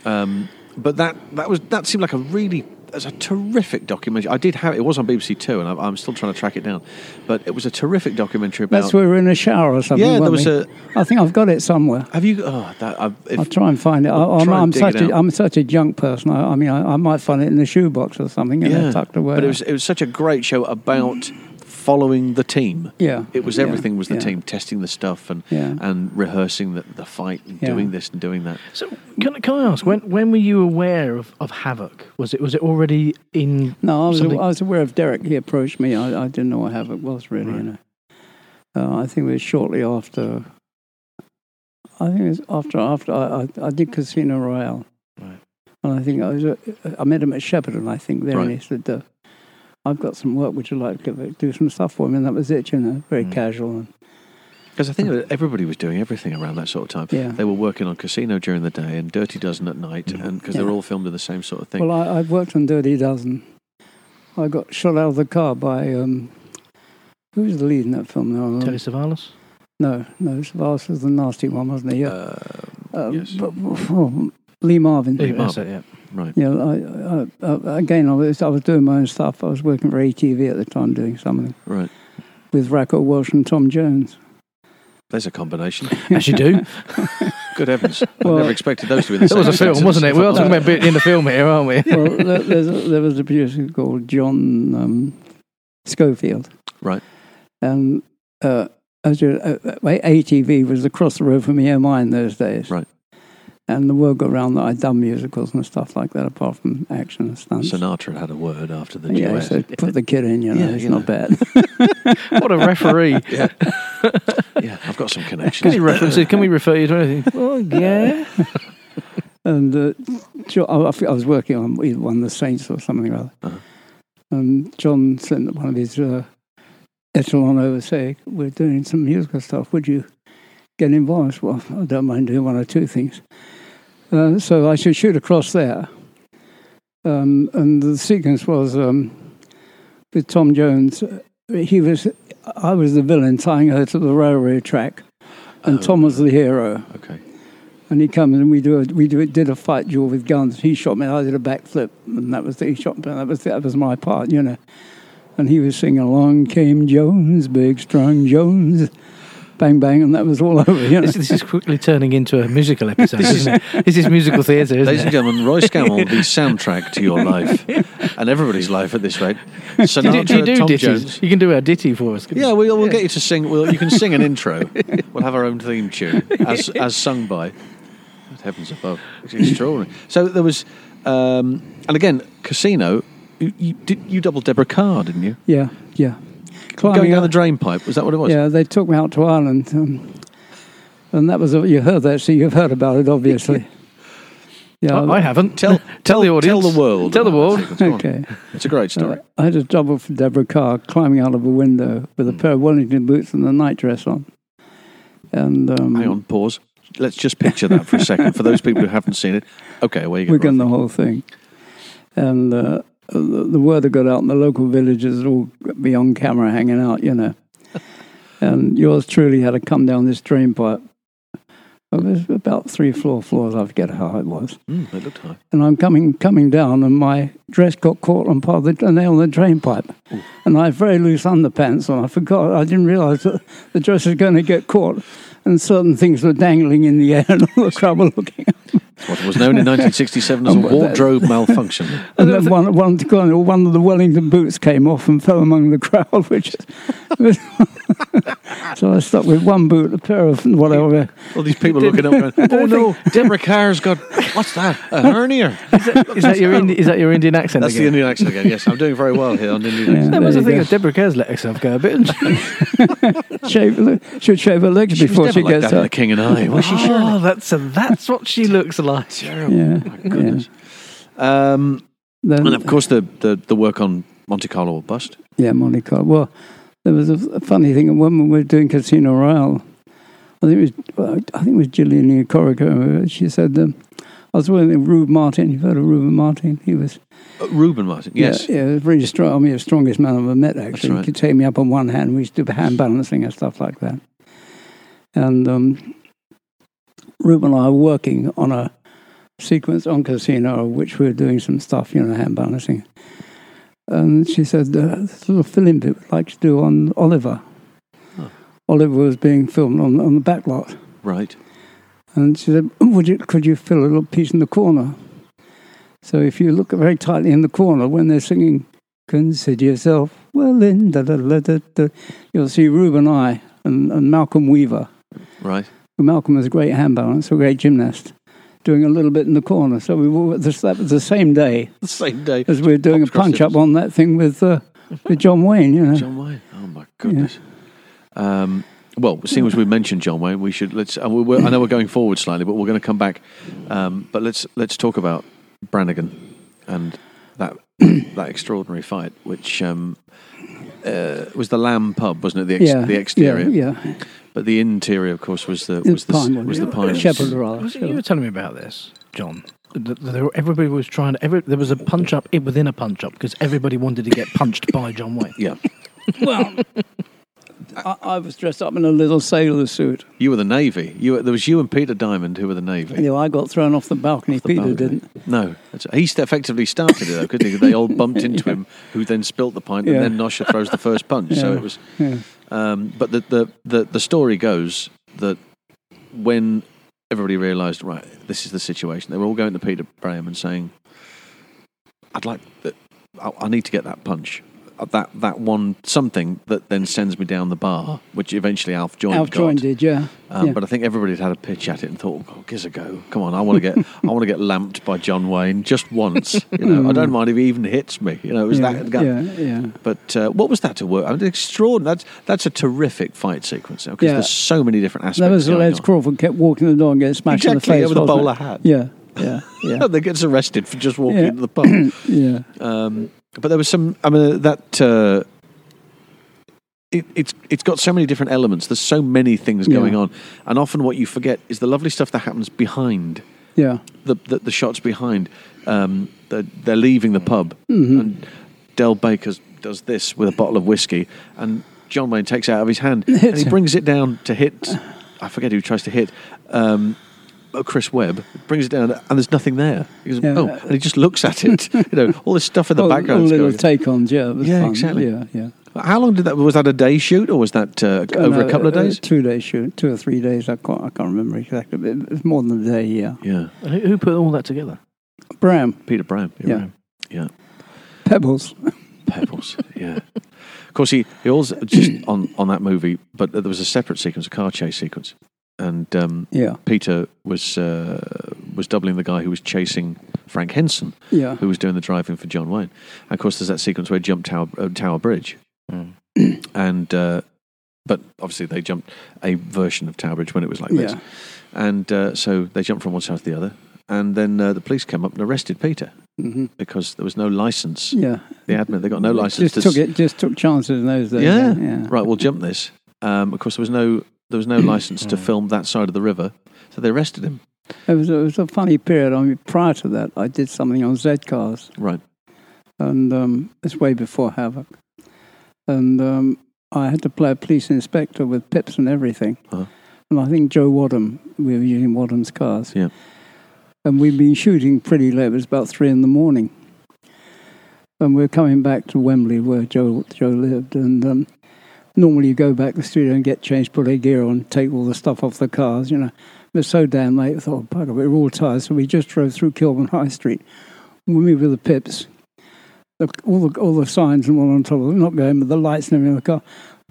A: Um, but that that was that seemed like a really that's a terrific documentary. I did have it was on BBC Two, and I'm, I'm still trying to track it down. But it was a terrific documentary about.
C: That's where we were in a shower or something.
A: Yeah, there
C: weren't
A: was
C: we?
A: a-
C: I think I've got it somewhere.
A: have you? Oh, that I, if,
C: I'll try and find it. I,
A: I'll
C: I'm,
A: try and
C: I'm
A: dig it
C: such a,
A: out.
C: I'm such a junk person. I, I mean, I, I might find it in the shoebox or something. You know, tucked away.
A: But it was it was such a great show about following the team.
C: Yeah.
A: It was
C: Yeah.
A: everything was the
C: Yeah.
A: team testing the stuff and
C: Yeah.
A: and rehearsing the, the fight and
C: Yeah.
A: doing this and doing that.
B: So, can, can I ask when when were you aware of, of Havoc? Was it was it already in?
C: No, I was, I
B: something-
C: was aware of Derek. He approached me. I, I didn't know what havoc was really. You know, uh, I think it was shortly after. I think it was after after I, I, I did Casino Royale,
A: Right.
C: and I think I was uh, I met him at Shepparton. I think there, and
A: Right.
C: he said, uh, "I've got some work. Would you like to give- do some stuff for me?" And that was it. You know, very
A: Mm.
C: casual. And,
A: Because I think that everybody was doing everything around that sort of time.
C: Yeah.
A: They were working on Casino during the day and Dirty Dozen at night, and because they're
C: Yeah.
A: all filmed in the same sort of thing.
C: well, I, I worked on Dirty Dozen. I got shot out of the car by um, who was the lead in that film? now?
B: Telly Savalas.
C: No, no, Savalas was the nasty one, wasn't he? Yeah.
A: Uh,
C: Um,
A: Yes.
C: but- oh, Lee Marvin.
A: Lee
B: Yeah,
A: Marvin.
B: that's it, yeah.
A: right.
C: Yeah, I, I, I, again, I was, I was doing my own stuff. I was working for ATV at the time, doing something
A: Right.
C: with Racco Walsh and Tom Jones.
A: There's a combination.
B: As you do.
A: Good heavens. I
C: Well-
A: never expected those to be the
B: That
A: same.
B: was a film,
A: sentence,
B: wasn't it?
A: if
B: We
A: I'm
B: are talking
A: honest.
B: about a bit in the film here, aren't we?
C: well, there, there's a, there was a producer called John um, Schofield.
A: Right.
C: And uh, as you, uh, uh, ATV was across the road from EMI in those days.
A: Right.
C: And the word got around that I'd done musicals and stuff like that, apart from action and stunts.
A: Sinatra had a word after the
C: yeah,
A: duet.
C: so put the kid in, you know,
A: Yeah,
C: it's
A: you
C: not
A: know.
C: bad.
B: What a referee.
A: yeah, I've got some
B: Can
A: connections.
B: you reference it? Can we refer you to anything? Well, yeah.
C: And uh, Jo- I, I think I was working on either one of the Saints or something or other.
A: Uh-huh.
C: And John sent one of his uh, echelon over saying, We're doing some musical stuff. Would you get involved? I said, Well, I don't mind doing one or two things. Uh, so I should shoot across there. Um, and the sequence was um, with Tom Jones. uh, He was, I was the villain tying her to the railway track, and
A: Oh.
C: Tom was the hero.
A: okay.
C: And he comes and we do a, we do did a fight duel with guns. He shot me. and I did a backflip, and that was the, he shot me. And that was that was my part, you know. And he was singing along. Came Jones, big strong Jones, bang bang, and that was all over. You know?
B: This, this is quickly turning into a musical episode, isn't it? This is musical theatre,
A: Ladies and
B: isn't it?
A: gentlemen, Roy Scammell, the soundtrack to your life and everybody's life at this rate.
B: Do you do,
A: Sinatra,
B: do you do
A: Tom
B: ditties?
A: Jones.
B: You can do a ditty for us. couldn't
A: Yeah,
B: you?
A: we'll, we'll get you to sing. We'll, you can sing an intro. We'll have our own theme tune as, as sung by. God, heavens above, it's extraordinary. So there was, um, and again, Casino. You, you, did, you doubled Deborah Carr, didn't you?
C: Yeah, yeah.
B: Oh,
A: Going down
C: up-
A: the drain pipe. Was that what it was?
C: Yeah, they took me out to Ireland, um, and that was a, you heard that, so you've heard about it, obviously. Yeah.
B: I, I haven't.
A: Tell-
B: tell the
A: Tell
B: audience.
A: the world.
B: Tell the
A: about
B: world.
A: that sequence. Go on.
C: okay.
A: It's a great story.
C: I had a double for Deborah Carr climbing out of a window with a
A: Hmm.
C: pair of Wellington boots and a nightdress on. And um,
A: Hang on, pause. Let's just picture that for a second for those people who haven't seen it. Okay, away you go.
C: we're getting the
A: Roy.
C: whole thing. And uh, the, the word that got out in the local villages would all be on camera hanging out, you know. and yours truly had to come down this drain pipe Well, there's about three floor floors. I forget how high it was.
A: Mm, it looked high.
C: And I'm coming coming down, and my dress got caught on part of the a nail in the drain pipe. And I had very loose underpants on. I forgot. I didn't realise that the dress was going to get caught, and certain things were dangling in the air, and all the crowd were looking. Up.
A: It's what was known in 1967 as a
C: And what the-
A: wardrobe malfunction.
C: And then one, one, one of the Wellington boots came off and fell among the crowd, which is. so I stuck with one boot, a pair of whatever.
A: All these people looking up going, oh no, Deborah Carr's got, what's that, a hernia?
B: Is that your Indi- is that your Indian accent?
A: That's the
B: again?
A: Indian accent again. Yes, I'm doing very well here on Indian
C: Yeah.
A: accent.
B: That was
C: There
B: the thing.
C: you go.
B: that Deborah Kerr's let herself go a bit. didn't she?
C: Shave, her le- should shave her legs
A: She was
C: before
A: never
C: she
A: like
C: gets
A: that in
C: up.
A: The King and I. Was she sure?
B: Oh, that's so that's what she looks like.
A: Terrible.
C: Yeah,
A: Oh My goodness. Um,
C: Then-
A: and of course, the, the, the work on Monte Carlo will bust.
C: Yeah, Monte Carlo. Well, there was a, a funny thing. When we were doing Casino Royale, I think it was well, I think it was Gillian Corico. She said um, I was with Rube Martin. You've heard of Rube Martin? He was
A: Uh, Reuben Martin, yes.
C: yeah, yeah really strong. I mean, the strongest man I've ever met. Actually,
A: right.
C: he could take me up on one hand. We used to do hand balancing and stuff like that. And um, Rube and I were working on a sequence on Casino, which we were doing some stuff, you know, hand balancing. And she said, uh, "This little film bit we'd like to do on Oliver."
A: Oh.
C: Oliver was being filmed on, on the back lot.
A: Right.
C: And she said, "Oh, Would you, could you fill a little piece in the corner? So if you look very tightly in the corner when they're singing, Consider Yourself Well In, da, da, da, da, da, you'll see Rube and I and, and Malcolm Weaver.
A: Right.
C: Malcolm was a great hand balance, a great gymnast, doing a little bit in the corner. So we were, this, that was the same day
A: The same day.
C: as we were doing a
A: Hopscotch
C: punch up on that thing with, uh, with John Wayne, you know.
A: John Wayne. Oh my goodness. Um, well, seeing as we mentioned John Wayne, we should let's. Uh, we, we're, I know we're going forward slightly, but we're going to come back. Um, but let's let's talk about Brannigan and that that extraordinary fight, which um, uh, was the Lamb Pub, wasn't it? The ex- the exterior,
C: Yeah, yeah.
A: but the interior, of course, was the
C: The
A: was the s-
C: pine one,
A: was
C: yeah.
A: the pine.
C: Shepherd rather.
B: Was it you were telling me about this, John? That there- Everybody was trying to. Every, there was a punch up i- within a punch up because everybody wanted to get punched by John Wayne.
A: Yeah,
C: Well, I, I was dressed up in a little sailor suit.
A: you were the Navy. You were, there was you and Peter Diamond who were the Navy.
C: You know, I got thrown off the balcony.
A: the
C: Peter
A: balcony.
C: didn't.
A: No, that's- he st- effectively started it though, couldn't he? They all bumped into him, who then spilt the pint,
C: Yeah.
A: and then Nosha throws the first punch. So
C: Yeah.
A: it was.
C: Yeah.
A: Um, but the, the the the story goes that when everybody realised, right, this is the situation, they were all going to Peter Braham and saying, "I'd like that. I, I need to get that punch." Uh, That that one something that then sends me down the bar, which eventually Alf joined.
C: Alf Join did, yeah.
A: Um,
C: Yeah.
A: But I think everybody had had a pitch at it and thought, "Oh, gives a go! Come on, I want to get, I want to get lamped by John Wayne just once. You know, I don't mind if he even hits me. You know, it was
C: Mm. yeah,
A: that. Guy.
C: Yeah, yeah.
A: But uh, what was that to work? I mean, extraordinary. That's that's a terrific fight sequence because
C: Yeah.
A: there's so many different aspects.
C: That was
A: going
C: Les
A: on.
C: Crawford kept walking the dog and getting smashed
A: Exactly,
C: in
A: yeah,
C: the
A: with
C: face.
A: a
C: wasn't
A: bowler
C: it?
A: hat.
C: Yeah, yeah, yeah.
A: that gets arrested for just walking
C: Yeah.
A: into the pub.
C: yeah.
A: Um, but there was some. I mean, that uh, it, it's it's got so many different elements. There's so many things
C: Yeah.
A: going on, and often what you forget is the lovely stuff that happens behind.
C: Yeah.
A: the the, the shots behind. Um, they're, they're leaving the pub,
C: Hmm. Mm-hmm.
A: and Del Baker does this with a bottle of whiskey, and John Wayne takes it out of his hand and he brings it down to hit. I forget who tries to hit. Um, uh, Chris Webb brings it down, and there's nothing there. He goes,
C: Yeah.
A: "Oh," and he just looks at it. you know, all this stuff in the
C: All-
A: background.
C: all
A: that's
C: little
A: going-
C: take ons, yeah. It was
A: Yeah,
C: fun.
A: exactly.
C: Yeah, yeah.
A: How long did that? Was that a day shoot, or was that uh, over
C: No,
A: a couple of
C: uh,
A: days?
C: Two days, shoot. Two or three days. I can't, I can't remember exactly. But it was more than a day, yeah.
A: yeah,
B: And Who, who put all that together?
C: Bram,
A: Peter Brown. you're
C: Yeah.
A: right. yeah.
C: Pebbles.
A: Pebbles, yeah. Of course, he, he also just on, on that movie, but there was a separate sequence, a car chase sequence, and um,
C: Yeah,
A: Peter was uh, was doubling the guy who was chasing Frank Henson,
C: yeah.
A: who was doing the driving for John Wayne. And of course, there's that sequence where he jumped Tower uh, Tower Bridge,
B: Hmm.
A: and uh, but obviously they jumped a version of Tower Bridge when it was like this,
C: Yeah.
A: and uh, so they jumped from one side to the other, and then uh, the police came up and arrested Peter
C: hmm
A: because there was no license.
C: Yeah.
A: The admin they got no license
C: Just
A: to
C: took it. Just took chances in those days.
A: Yeah.
C: yeah.
A: right, we'll jump this. Um, of course, there was no there was no license to film that side of the river, so they arrested him.
C: It was, it was a funny period. I mean, prior to that, I did something on Z cars,
A: Right,
C: and um, it's way before Havoc. And um, I had to play a police inspector with pips and everything.
A: Uh-huh.
C: and I think Joe Wadham. We were using Wadham's cars.
A: Yeah.
C: And we'd been shooting pretty late. It was about three in the morning. And we we're coming back to Wembley, where Joe Joe lived. And um, normally you go back to the studio and get changed, put our gear on, take all the stuff off the cars. You know, it was so damn late. I thought, bugger, we were all tired. So we just drove through Kilburn High Street. When we were the pips, the, all the all the signs and all on top of them, not going, but the lights and everything in the car.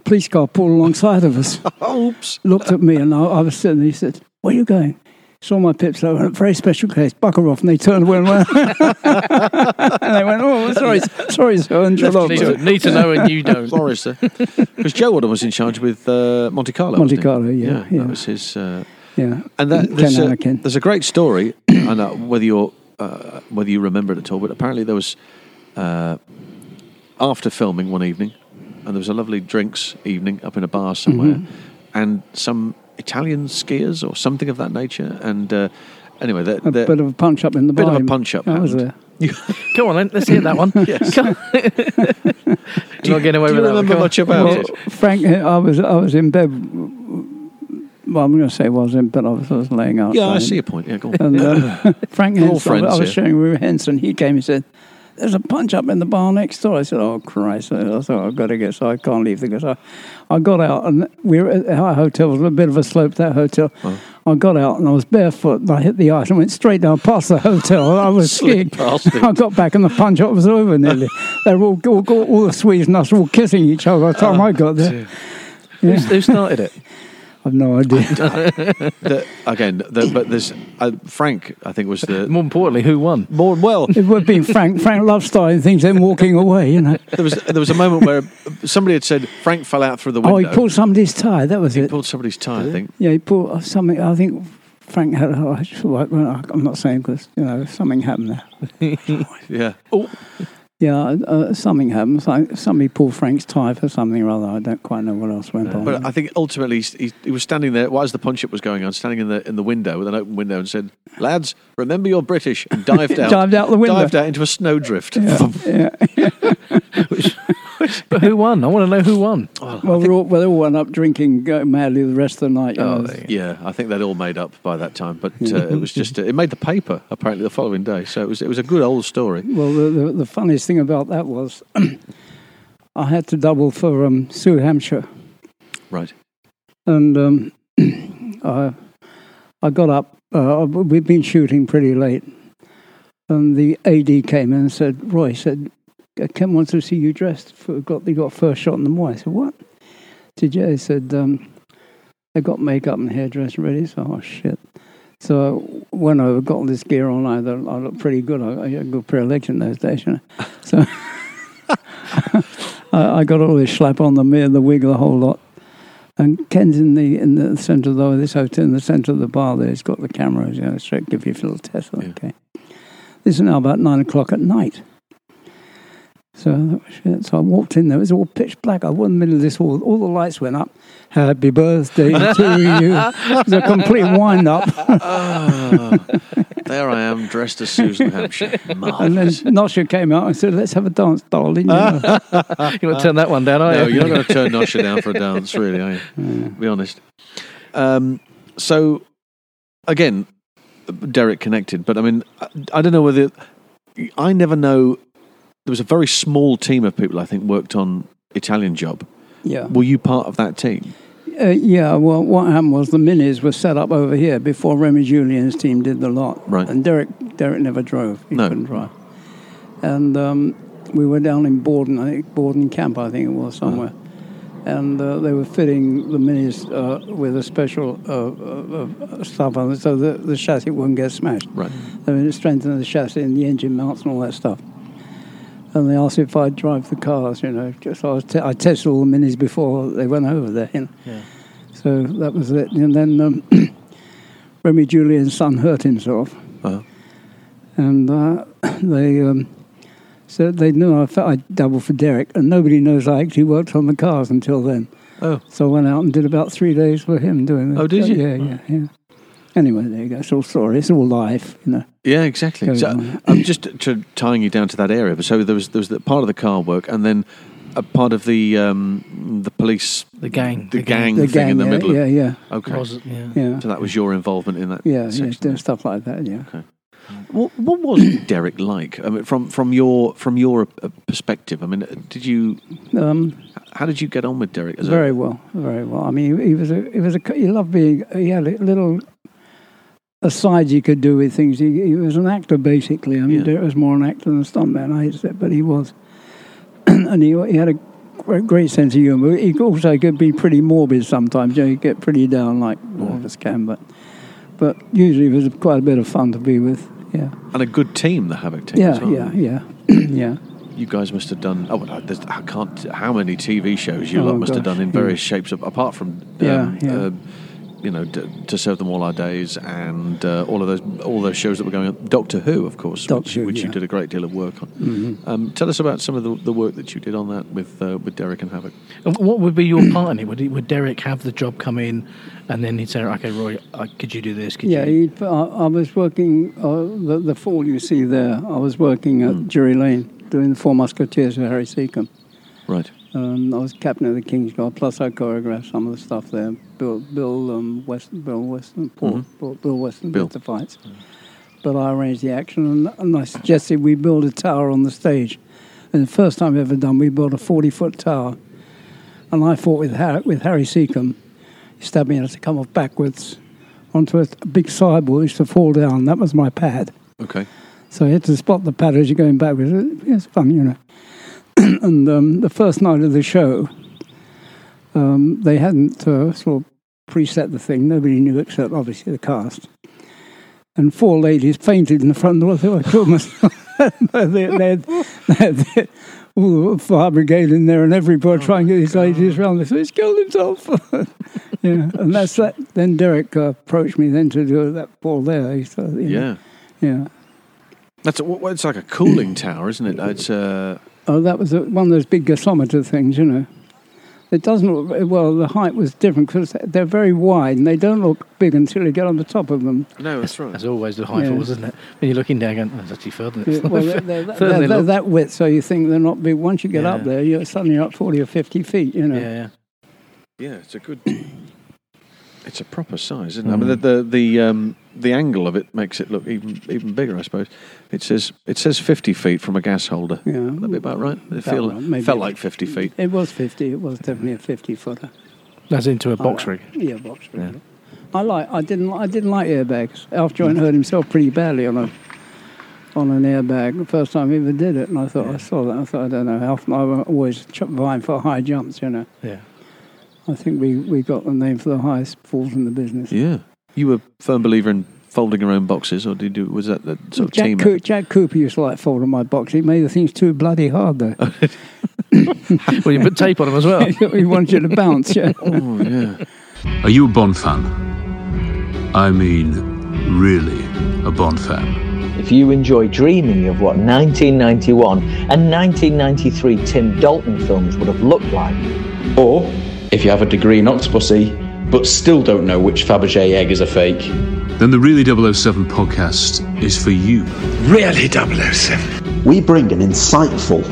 C: Police car pulled alongside of us
A: Oops.
C: looked at me and I, I was sitting there. He said, Where are you going? Saw my pips over a very special case, buckle off. And they turned away and went, and they went, Oh, sorry, sorry, sir. And
B: Need
C: shut off.
B: to, need to know and you don't.
A: Sorry, sir. Because uh, Joe Wadham was in charge with uh, Monte Carlo.
C: Monte
A: wasn't he?
C: Carlo, yeah, yeah.
A: That was his. Uh,
C: Yeah.
A: and that,
C: Ken
A: there's, a,
C: Anakin.
A: there's a great story. I know whether you're uh, whether you remember it at all, but apparently there was uh, after filming one evening, and there was a lovely drinks evening up in a bar somewhere,
C: Mm-hmm.
A: and some Italian skiers or something of that nature. And uh, anyway, the,
C: A
A: the,
C: bit of a punch up in the
A: bit of a
C: barn.
A: punch-up
C: I was
A: happened.
C: there.
B: Come on, then. Let's hear that one. Come on. You're not getting away
A: do you
B: with
A: remember
B: that. one. Come
A: much
B: on.
A: about
B: Well,
A: it?
C: Frank, I was, I was in bed. Well, I'm going to say was in bed. I was, I was laying out.
A: yeah, I see your point. Yeah, go on.
C: And uh, Frank
A: We're all
C: Henson, I was- I was
A: friends here.
C: sharing with Henson. He came and said, "There's a punch up in the bar next door." I said, "Oh Christ!" I thought I've got to get, so I can't leave the go. So I got out, and we were at our hotel. It was a bit of a slope that hotel. I got out, and I was barefoot, and I hit the ice, and went straight down past the hotel. I was
A: Slid
C: skiing.
A: past it.
C: I got back, and the punch up was over nearly. they were all, all, all, all the Swedes and us were all kissing each other by the time I got there.
B: who's- who started it?
A: Oh,
C: I've no idea.
A: The- again, the, but there's uh, Frank. I think was the
B: More importantly, who won?
A: more well.
C: it would have been Frank. Frank loves starting things, then walking away. You know.
A: There was there was a moment where somebody had said Frank fell out through the window.
C: Oh, he pulled somebody's tie. That was
A: He
C: it.
A: pulled somebody's tie. I think.
C: yeah, he pulled off something. I think Frank had. a- I just- well, I- I'm not saying because you know something happened there.
A: Yeah. Oh,
C: Yeah, uh, something happened. So- Somebody pulled Frank's tie for something or other. I don't quite know what else went on.
A: but uh, I think ultimately he, he, he was standing there while the punch up was going on, standing in the in the window with an open window, and said, "Lads, remember you're British," and dived out.
C: Dived out the window.
A: Dived out into a snowdrift.
B: But who won? I want to know who won.
C: well, we're all, well, they all went up drinking go madly the rest of the night. you
B: Oh,
C: know.
B: there you
A: Yeah, I think they'd all made up by that time, but uh, it was just it made the paper apparently the following day. So it was it was a good old story.
C: Well, the, the, the funniest thing about that was I had to double for um, Sue Hampshire.
A: Right.
C: and um, I, I got up. Uh, we'd been shooting pretty late, and the AD came in and said, "Roy said, Ken wants to see you dressed. For, got they got first shot in the morning." I said, "What?" Did you? He said, um, "They got makeup and hairdress ready." So, oh shit. So I went over, got this gear on. I, I looked pretty good. I, I had a good pair of legs in those days, you know. So I, I got all this slap on the mirror, the wig, the whole lot. And Ken's in the in the centre of the oh, this hotel in the centre of the bar there. He's got the cameras, you know, so it give you a little test.
A: Yeah.
C: Okay. This is now about nine o'clock at night. So I thought, shit. So I walked in there. It was all pitch black. I was in the middle of this hall. All the lights went up. Happy birthday to you. It was a complete wind up.
A: Ah, There I am, dressed as Susan Hampshire.
C: And then
A: Marvellous.
C: Nosha came out and said, Let's have a dance, darling. You know.
B: You want to turn that one
C: Oh,
B: down, are
A: No,
B: you?
A: you're not going to turn Nosha down for a dance, really, are you? Be honest. Um, so, again, Derek connected, but I mean, I, I don't know whether I never know. There was a very small team of people I think worked on Italian Job.
C: yeah.
A: Were you part of that team?
C: Uh, yeah, well, what happened was the minis were set up over here before Remy Julian's team did the lot.
A: Right.
C: And Derek, Derek never drove. He
A: No.
C: couldn't drive. And um, we were down in Borden, I think, Borden Camp, I think it was, somewhere. And uh, they were fitting the minis uh, with a special uh, uh, uh, stuff on it so the, the chassis wouldn't get smashed.
A: Right.
C: I mean, it strengthened the chassis and the engine mounts and all that stuff. And they asked if I'd drive the cars, you know. Just I, was te- I tested all the minis before they went over there, you know. So that was it. And then um, Remy Julian's son hurt himself,
A: Uh,
C: and uh, they um, so they knew I, I doubled for Derek, and nobody knows I actually worked on the cars until then.
A: oh,
C: So I went out and did about three days for him doing that.
A: Oh, did you?
C: Yeah, yeah, yeah. Anyway, there you go. It's all story. It's all life, you know.
A: yeah, exactly.
C: Going
A: So,
C: on.
A: I'm just to, tying you down to that area. So there was there was the part of the car work, and then a part of the um, the police,
B: The gang.
A: the gang
C: the
A: thing in the
C: yeah,
A: middle.
C: yeah,
A: of,
C: yeah,
A: Okay,
B: Was, yeah.
C: yeah,
A: so that was your involvement in that.
C: yeah, yeah,
A: section.
C: doing stuff like that. Yeah,
A: What, what was Derek like? I mean, from from your from your uh, perspective, I mean, uh, did you
C: um,
A: how did you get on with Derek? As
C: very
A: a,
C: well, very well. I mean, he, he was a, he was a, c- he loved being. He had a little asides he could do with things. He, he was an actor basically. I mean,
A: Yeah.
C: Derek was more an actor than a stuntman. I hate to say, it, but he was, and he he had a great, great sense of humour. He also could be pretty morbid sometimes. You know, he'd get pretty down, like all
A: Mm.
C: of us can, but but usually it was quite a bit of fun to be with. Yeah,
A: and a good team, the Havoc team. as
C: yeah,
A: well.
C: yeah, yeah, yeah.
A: You guys must have done. Oh, well, there's, I can't. How many TV shows you
C: Oh,
A: lot must have
C: gosh,
A: done in
C: yeah.
A: various shapes, a- apart from um,
C: Yeah, yeah.
A: um, you know, d- to serve them all our days and uh, all of those all those shows that were going on. Doctor Who, of course,
C: Doctor
A: which,
C: Who,
A: which you
C: yeah. Mm-hmm.
A: did a great deal of work on. Um, tell us about some of the, the work that you did on that with uh, with Derek and Havoc.
B: And what would be your part in it? Would, he, would Derek have the job come in and then he'd say, okay, Roy, uh, could you do this? Could
C: Yeah,
B: you?
C: he'd, I, I was working, uh, the, the fall you see there, I was working at Drury Lane doing the Four Musketeers with Harry Seacombe.
A: Right.
C: Um, I was captain of the King's Guard, plus I choreographed some of the stuff there. Bill, Bill um, Weston, Bill Weston, Paul,
A: Mhm.
C: Paul- Bill Weston
A: Bill.
C: did the fights. But I arranged the action and, and I suggested we build a tower on the stage. And the first time ever done, we built a 40 foot tower. And I fought with Harry, with Harry Seacombe. He stabbed me and I had to come off backwards onto a, a big sideboard, used to fall down. That was my pad.
A: Okay.
C: So I had to spot the pad as you're going backwards. It- It's fun, you know. and um, the first night of the show, um, they hadn't uh, sort of preset the thing. Nobody knew except obviously the cast. And four ladies fainted in the front door. I thought, I killed myself. they, they had, they had the, all the fire brigade in there and everybody trying to get these ladies around. They said, he's killed himself. yeah, and that's that. Then Derek uh, approached me then to do that ball there. He said, you know,
A: Yeah.
C: Yeah.
A: That's a, well, it's like a cooling tower, isn't it? It's uh,
C: Oh, that was a, one of those big gasometer things, you know. It doesn't look very- well. The height was different because they're very wide and they don't look big until you get on the top of them.
A: no, that's right.
B: That's always the high
C: Yeah.
B: falls, isn't it? When you're looking down, going, oh, that's actually further than
C: Yeah,
B: it's
C: Well, they're, they're,
B: Further
C: they're-
B: than
C: they're
B: look.
C: that width, so you think they're not big. Once you get up
B: Yeah.
C: there, you're suddenly up forty or fifty feet, you know.
B: Yeah, yeah.
A: Yeah, it's a good. It's a proper size, isn't it? I mean, the the the, um, the angle of it makes it look even even bigger, I suppose. It says it says fifty feet from a gas holder.
C: Yeah.
A: Would that be about right? It feel,
C: right, maybe.
A: felt like fifty feet.
C: It was fifty. It was definitely a fifty footer.
B: That's into a
A: Oh,
B: box rig.
C: Yeah, box rig. I like. I didn't. I didn't like airbags. Alf Joint hurt himself pretty badly on a on an airbag the first time he ever did it, and I thought I saw that. I thought I don't know. Alf and I were always ch- vying for high jumps. You know,
B: Yeah.
C: I think we we got the name for the highest falls in the business.
A: Yeah, you were a firm believer in folding your own boxes, or did you? Was that the sort of team?
C: Jack, Coo- Jack Cooper used to like folding my box. He made the things too bloody hard though.
B: well, you put tape on them as well.
C: he wanted you to bounce. Yeah.
A: Oh yeah,
D: Are you a Bond fan? I mean, really a Bond fan.
E: If you enjoy dreaming of what 1991 and 1993 Tim Dalton films would have looked like,
F: Or, if you have a degree in octopussy, but still don't know which Fabergé egg is a fake,
D: Then the Really 007 podcast is for you.
G: Really 007.
H: We bring an insightful,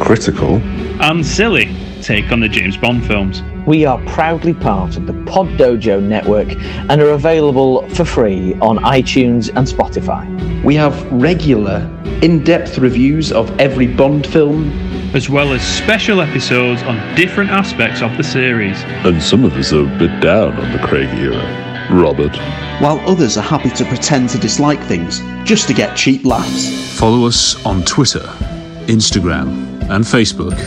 H: critical,
G: And silly take on the James Bond films.
E: we are proudly part of the Pod Dojo network and are available for free on iTunes and Spotify.
F: we have regular, in depth reviews of every Bond film,
G: As well as special episodes on different aspects of the series.
I: And some of us are a bit down on the Craig era. Robert.
H: while others are happy to pretend to dislike things just to get cheap laughs.
D: Follow us on Twitter, Instagram, and Facebook,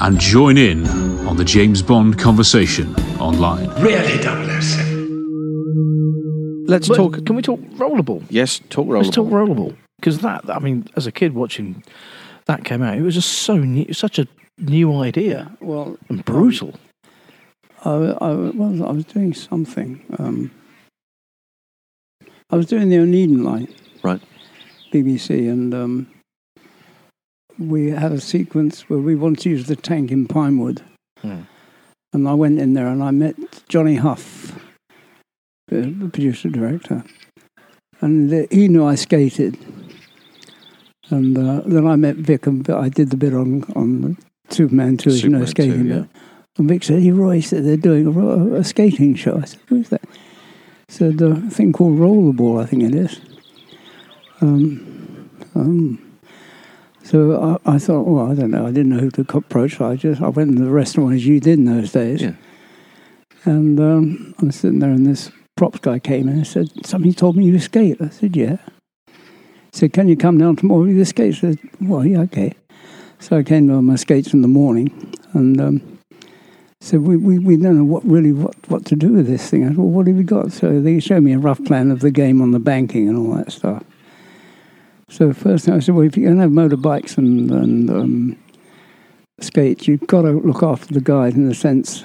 D: and join in on the James Bond conversation online.
G: Really 007.
A: let's
B: But
A: talk.
B: Can we talk rollerball?
A: Yes, talk
B: Let's talk
A: rollable.
B: rollerball because that. I mean, as a kid watching that came out, it was just so new, such a new idea
C: Well,
B: and brutal.
C: I, I was I was doing something. Um, I was doing the Oneiden line,
A: Right.
C: BBC, and um, we had a sequence where we wanted to use the tank in Pinewood,
B: Hmm.
C: and I went in there and I met Johnny Huff, the the producer director, and uh, he knew I skated, and uh, then I met Vic, and I did the bit on on Superman 2 is no
A: Superman 2,
C: skating.
A: yeah.
C: but- And Vic said, hey, Roy said they're doing a, ro- a skating show. I said, who's that? Said, uh, a thing called Rollerball, I think it is. Um, um, so I, I thought, well, I don't know. I didn't know who to co- approach. So I just I went to the restaurant as you did in those days.
A: Yeah.
C: And um, I was sitting there, and this props guy came in and said, somebody told me you skate. I said, yeah. He said, can you come down tomorrow with your skates? I said, well, yeah, okay. So I came down with my skates in the morning and um, said, we, we, we don't know what really what, what to do with this thing. I said, well, what have you got? So they showed me a rough plan of the game on the banking and all that stuff. So first thing I said, well, if you're going to have motorbikes and, and um, skates, you've got to look after the guide in a sense.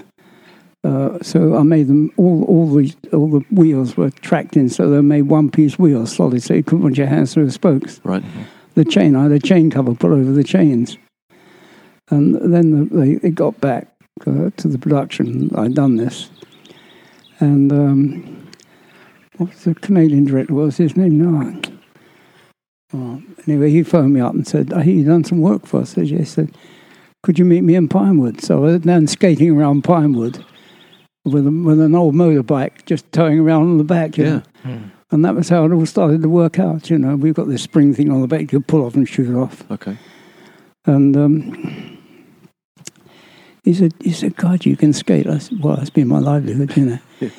C: Uh, so I made them all. All the all the wheels were tracked in, so they made one-piece wheels, solid, so you couldn't put your hands through the spokes
A: Right.
C: the chain. I had a chain cover put over the chains. And then the, they, it got back uh, to the production. I'd done this. And um, what was the Canadian director? What was his name? No. Well, anyway, he phoned me up and said, "Hey, you done some work for us? I said, "Yes." He said, could you meet me in Pinewood? So I was then skating around Pinewood with, a, with an old motorbike just towing around on the back. you
A: Yeah.
C: know. And that was how it all started to work out. You know, we've got this spring thing on the back, you pull off and shoot it off.
A: Okay.
C: And um, he said, he said, God, you can skate. I said, well, that's been my livelihood, you know.
A: Yeah.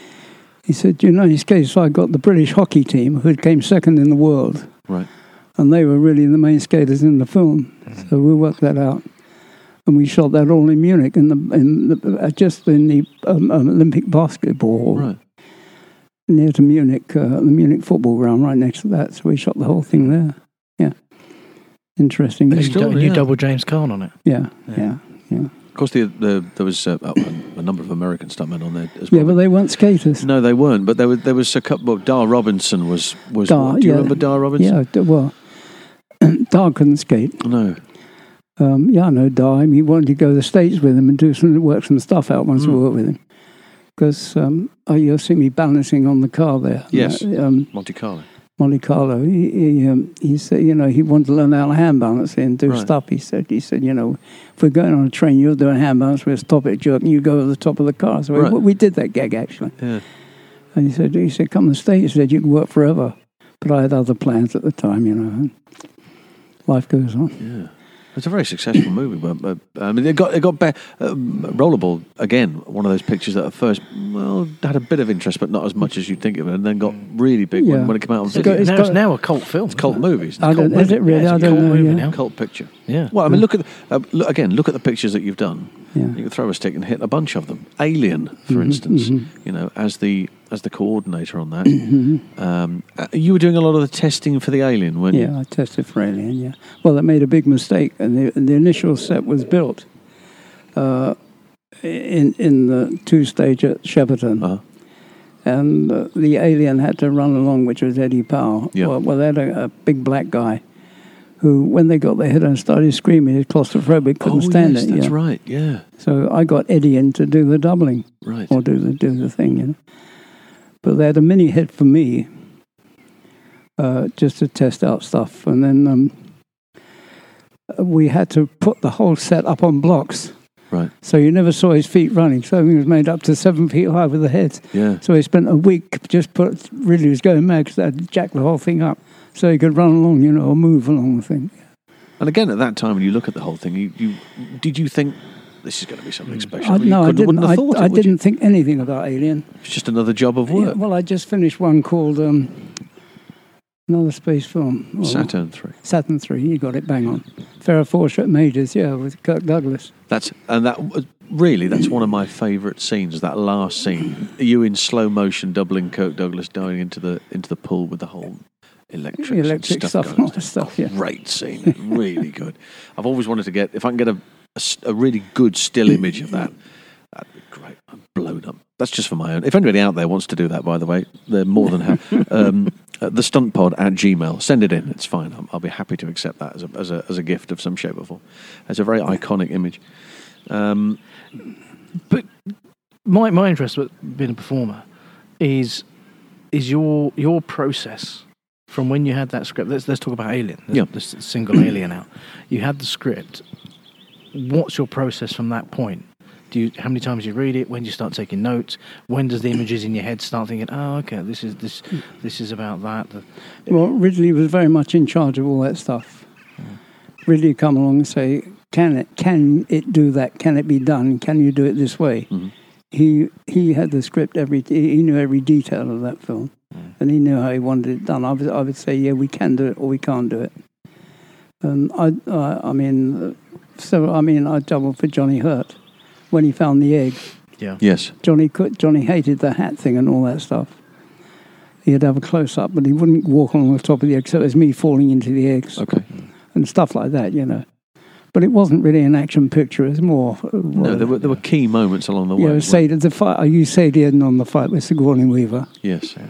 C: He said, you know, he skates. So I got the British hockey team who came second in the world.
A: Right. Mm-hmm.
C: And they were really the main skaters in the film. So we worked that out. And we shot that all in Munich, in the, in the, uh, just in the um, um, Olympic basketball hall
A: Right.
C: near to Munich, uh, the Munich football ground right next to that. So we shot the whole thing there. Yeah. Interesting.
B: And
A: It's
B: you,
A: still-
B: dou- and you
A: yeah.
B: double James Caan on it.
C: yeah,
B: Yeah.
C: yeah, yeah. Yeah,
A: Of course, the, the there was uh, a, a number of American stuntmen on there as well.
C: but they weren't skaters.
A: no, they weren't. But there was there was a couple. Well, Dar Robinson was was.
C: Dar,
A: one. Do you
C: yeah.
A: remember Dar Robinson?
C: Yeah, d- well, Dar couldn't skate.
A: No.
C: Um, yeah, I know Dar. I mean, he wanted to go to the States with him and do some work some stuff out once we worked with him. Because um, oh, you'll see me balancing on the car there.
A: Yes.
C: Um,
A: Monte Carlo.
C: Monte Carlo. He, he, um, he said, you know, he wanted to learn how to hand balance and do
A: Right.
C: stuff. He said, he said, you know, if we're going on a train, you're doing hand balance, we'll stop it, jerk, and you go over the top of the car. So
A: Right.
C: we, we did that gag actually.
A: Yeah.
C: And he said, he said, come and stay. He said, you can work forever. But I had other plans at the time, you know. And life goes on.
A: Yeah. It's a very successful movie, but, but I mean, it got it got better. Um, Rollerball again, one of those pictures that at first, well, had a bit of interest, but not as much as you'd think of it, and then got really big
C: Yeah.
A: when, when it came out on
B: It's,
A: video.
C: got- it's
B: now, it's now a cult film.
A: It's cult movies.
C: I don't- is it really?
B: Yeah,
C: I
B: it's a
C: don't
B: cult
C: know.
B: movie
C: yeah.
B: now.
A: Cult picture.
B: Yeah.
A: Well, I mean, look at uh, look, again. Look at the pictures that you've done.
C: Yeah.
A: You can throw a stick and hit a bunch of them. Alien,
C: Mm-hmm,
A: for instance, you know, as the as the coordinator on that.
C: Mm-hmm.
A: um, uh, you were doing a lot of the testing for the Alien, weren't you?
C: Yeah, I tested for alien. Yeah. Well, they made a big mistake, and the, the initial set was built uh, in in the two stage at Shepperton,
A: Uh-huh.
C: and uh, the alien had to run along, which was Eddie Powell.
A: Yeah.
C: Well, well, they had a, a big black guy who, when they got their head and started screaming, he was claustrophobic, couldn't
A: oh,
C: stand
A: yes,
C: it.
A: that's
C: yeah.
A: right. Yeah,
C: So I got Eddie in to do the doubling
A: right.
C: or do the do the thing, you know. But they had a mini hit for me, uh, just to test out stuff, and then um, we had to put the whole set up on blocks,
A: Right.
C: so you never saw his feet running. So he was made up to seven feet high with the heads.
A: Yeah.
C: So he spent a week just put really was going mad because they had to jack the whole thing up so he could run along, you know, or move along the thing.
A: And again, at that time, when you look at the whole thing, you, you did you think this is going to be something special?
C: I,
A: You
C: Mm. Uh, no, I
A: couldn't-
C: didn't.
A: wouldn't have
C: I,
A: thought it,
C: I
A: would you?
C: didn't think anything about Alien.
A: It's just another job of work.
C: Yeah, well, I just finished one called um, another space film. Well,
A: Saturn three.
C: Saturn Three. You got it bang on. Farrah Fawcett Majors. Yeah, with Kirk Douglas.
A: That's and that was- really that's one of my favourite scenes. That last scene, you in slow motion doubling Kirk Douglas diving into the into the pool with the whole electric, and
C: Electric stuff and
A: going.
C: all that stuff, yeah.
A: Great scene, really good. I've always wanted to get if I can get a, a s- a really good still image of that. That'd be great. I'm blown up. That's just for my own. If anybody out there wants to do that, by the way, they're more than happy. um, uh, the stuntpod at Gmail. Send it in. It's fine. I'm, I'll be happy to accept that as a, as, a, as a gift of some shape or form. It's a very iconic image. Um,
B: my my interest with being a performer is is your your process from when you had that script. Let's let's talk about Alien. This,
A: Yeah.
B: this single Alien out. You had the script. what's your process from that point? Do you, how many times do you read it? When do you start taking notes? When does the images in your head start thinking, "Oh, okay, this is this this is about that"? The-
C: Well, Ridley was very much in charge of all that stuff. Ridley would come along and say, "Can it? Can it do that? Can it be done? Can you do it this way?" He he had the script every. He knew every detail of that film, and he knew how he wanted it done. I would I would say, "Yeah, we can do it, or we can't do it." Um, I, I I mean, uh, so I mean, I doubled for Johnny Hurt when he found the egg.
B: yeah.
J: Yes.
C: Johnny could, Johnny hated the hat thing and all that stuff. He'd have a close up, but he wouldn't walk on the top of the egg. So it was me falling into the eggs,
J: okay,
C: and stuff like that, you know. But it wasn't really an action picture; it was more. uh,
J: No, there were there were key moments along the
C: you
J: way.
C: know, Sadie, the fight. I used Sadie Eden on the fight with Sigourney Weaver,
J: yes. Yeah.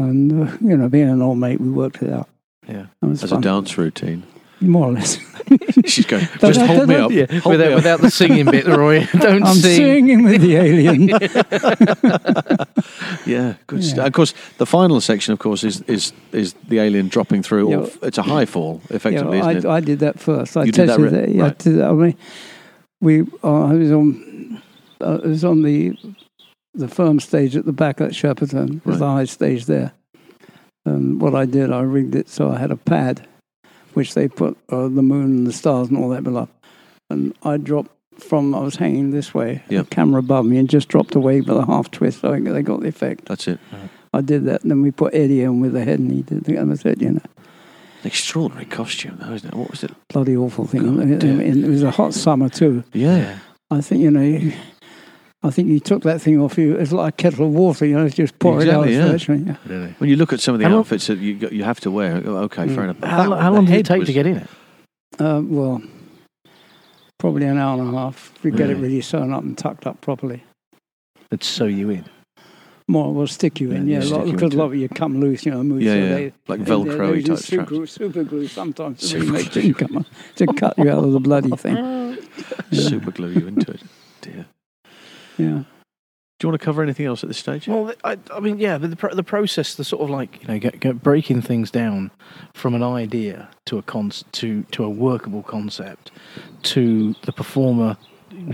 C: and uh, you know, being an old mate, we worked it out
B: Yeah.
C: That was
J: As a
C: fun.
J: dance routine.
C: more or less.
J: She's going,
C: Don't-
J: just hold
C: don't-
J: me up.
B: Yeah,
J: Hold
B: without,
J: me up.
B: without the singing bit, Roy. Don't
C: I'm
B: sing.
C: singing with the alien.
J: Yeah, good
C: Yeah.
J: stuff. Of course, the final section, of course, is is is the alien dropping through.
C: Yeah.
J: Or f- it's a high fall, effectively,
C: yeah, I,
J: isn't it?
C: I did that first. I
J: You did
C: tested
J: that
C: it.
J: re-
C: yeah,
J: right.
C: I did that. I mean, we. Uh, I was on. Uh, it was on the the firm stage at the back at Shepperton. It was the high stage there. And what I did, I rigged it so I had a pad, which they put uh, the moon and the stars and all that below. And I dropped from. I was hanging this way,
J: Yeah.
C: the camera above me, and just dropped away with a half twist. So I, they got the effect.
J: That's it.
C: I did that, and then we put Eddie in with the head, and he did the other set, you know.
J: An extraordinary costume, though, isn't it? What was it?
C: bloody awful thing.
J: God
C: And-
J: damn.
C: and it was a hot summer too.
J: Yeah,
C: I think you know, you- I think you took that thing off you. It's like a kettle of water. You know, just pour
J: Exactly,
C: it
J: yeah.
C: out. virtually, Yeah.
B: Really.
J: when you look at some of the
B: How long-
J: outfits that you got- you have to wear. oh, Okay, fair enough. But
B: How,
J: that
B: lo-
J: one,
B: how
J: the
B: long did
J: head
B: it take to
J: was-
B: get in it?
C: Uh, well, probably an hour and a half. We get it
B: Really?
C: really sewn up and tucked up properly.
B: It'd sew you in.
C: More will stick you in.
J: Yeah,
C: Yeah,
J: yeah. Stick
C: lot,
J: you
C: because
J: into
C: a lot of you come loose. You know, move.
J: Yeah,
C: so
J: yeah,
C: They,
J: like
C: they- they- they
J: Velcro
C: use
J: type
C: super,
J: straps.
C: glue- super glue sometimes to
J: Super
C: really make
J: glue.
C: things come up, to cut you out of the bloody thing. Yeah.
J: Super glue you into it. Dear.
C: Yeah.
J: Do you want to cover anything else at this stage?
B: Well, th- I, I mean, yeah, but the, pro- the process, the sort of like you know, get, get breaking things down from an idea to a con- to to a workable concept, to the performer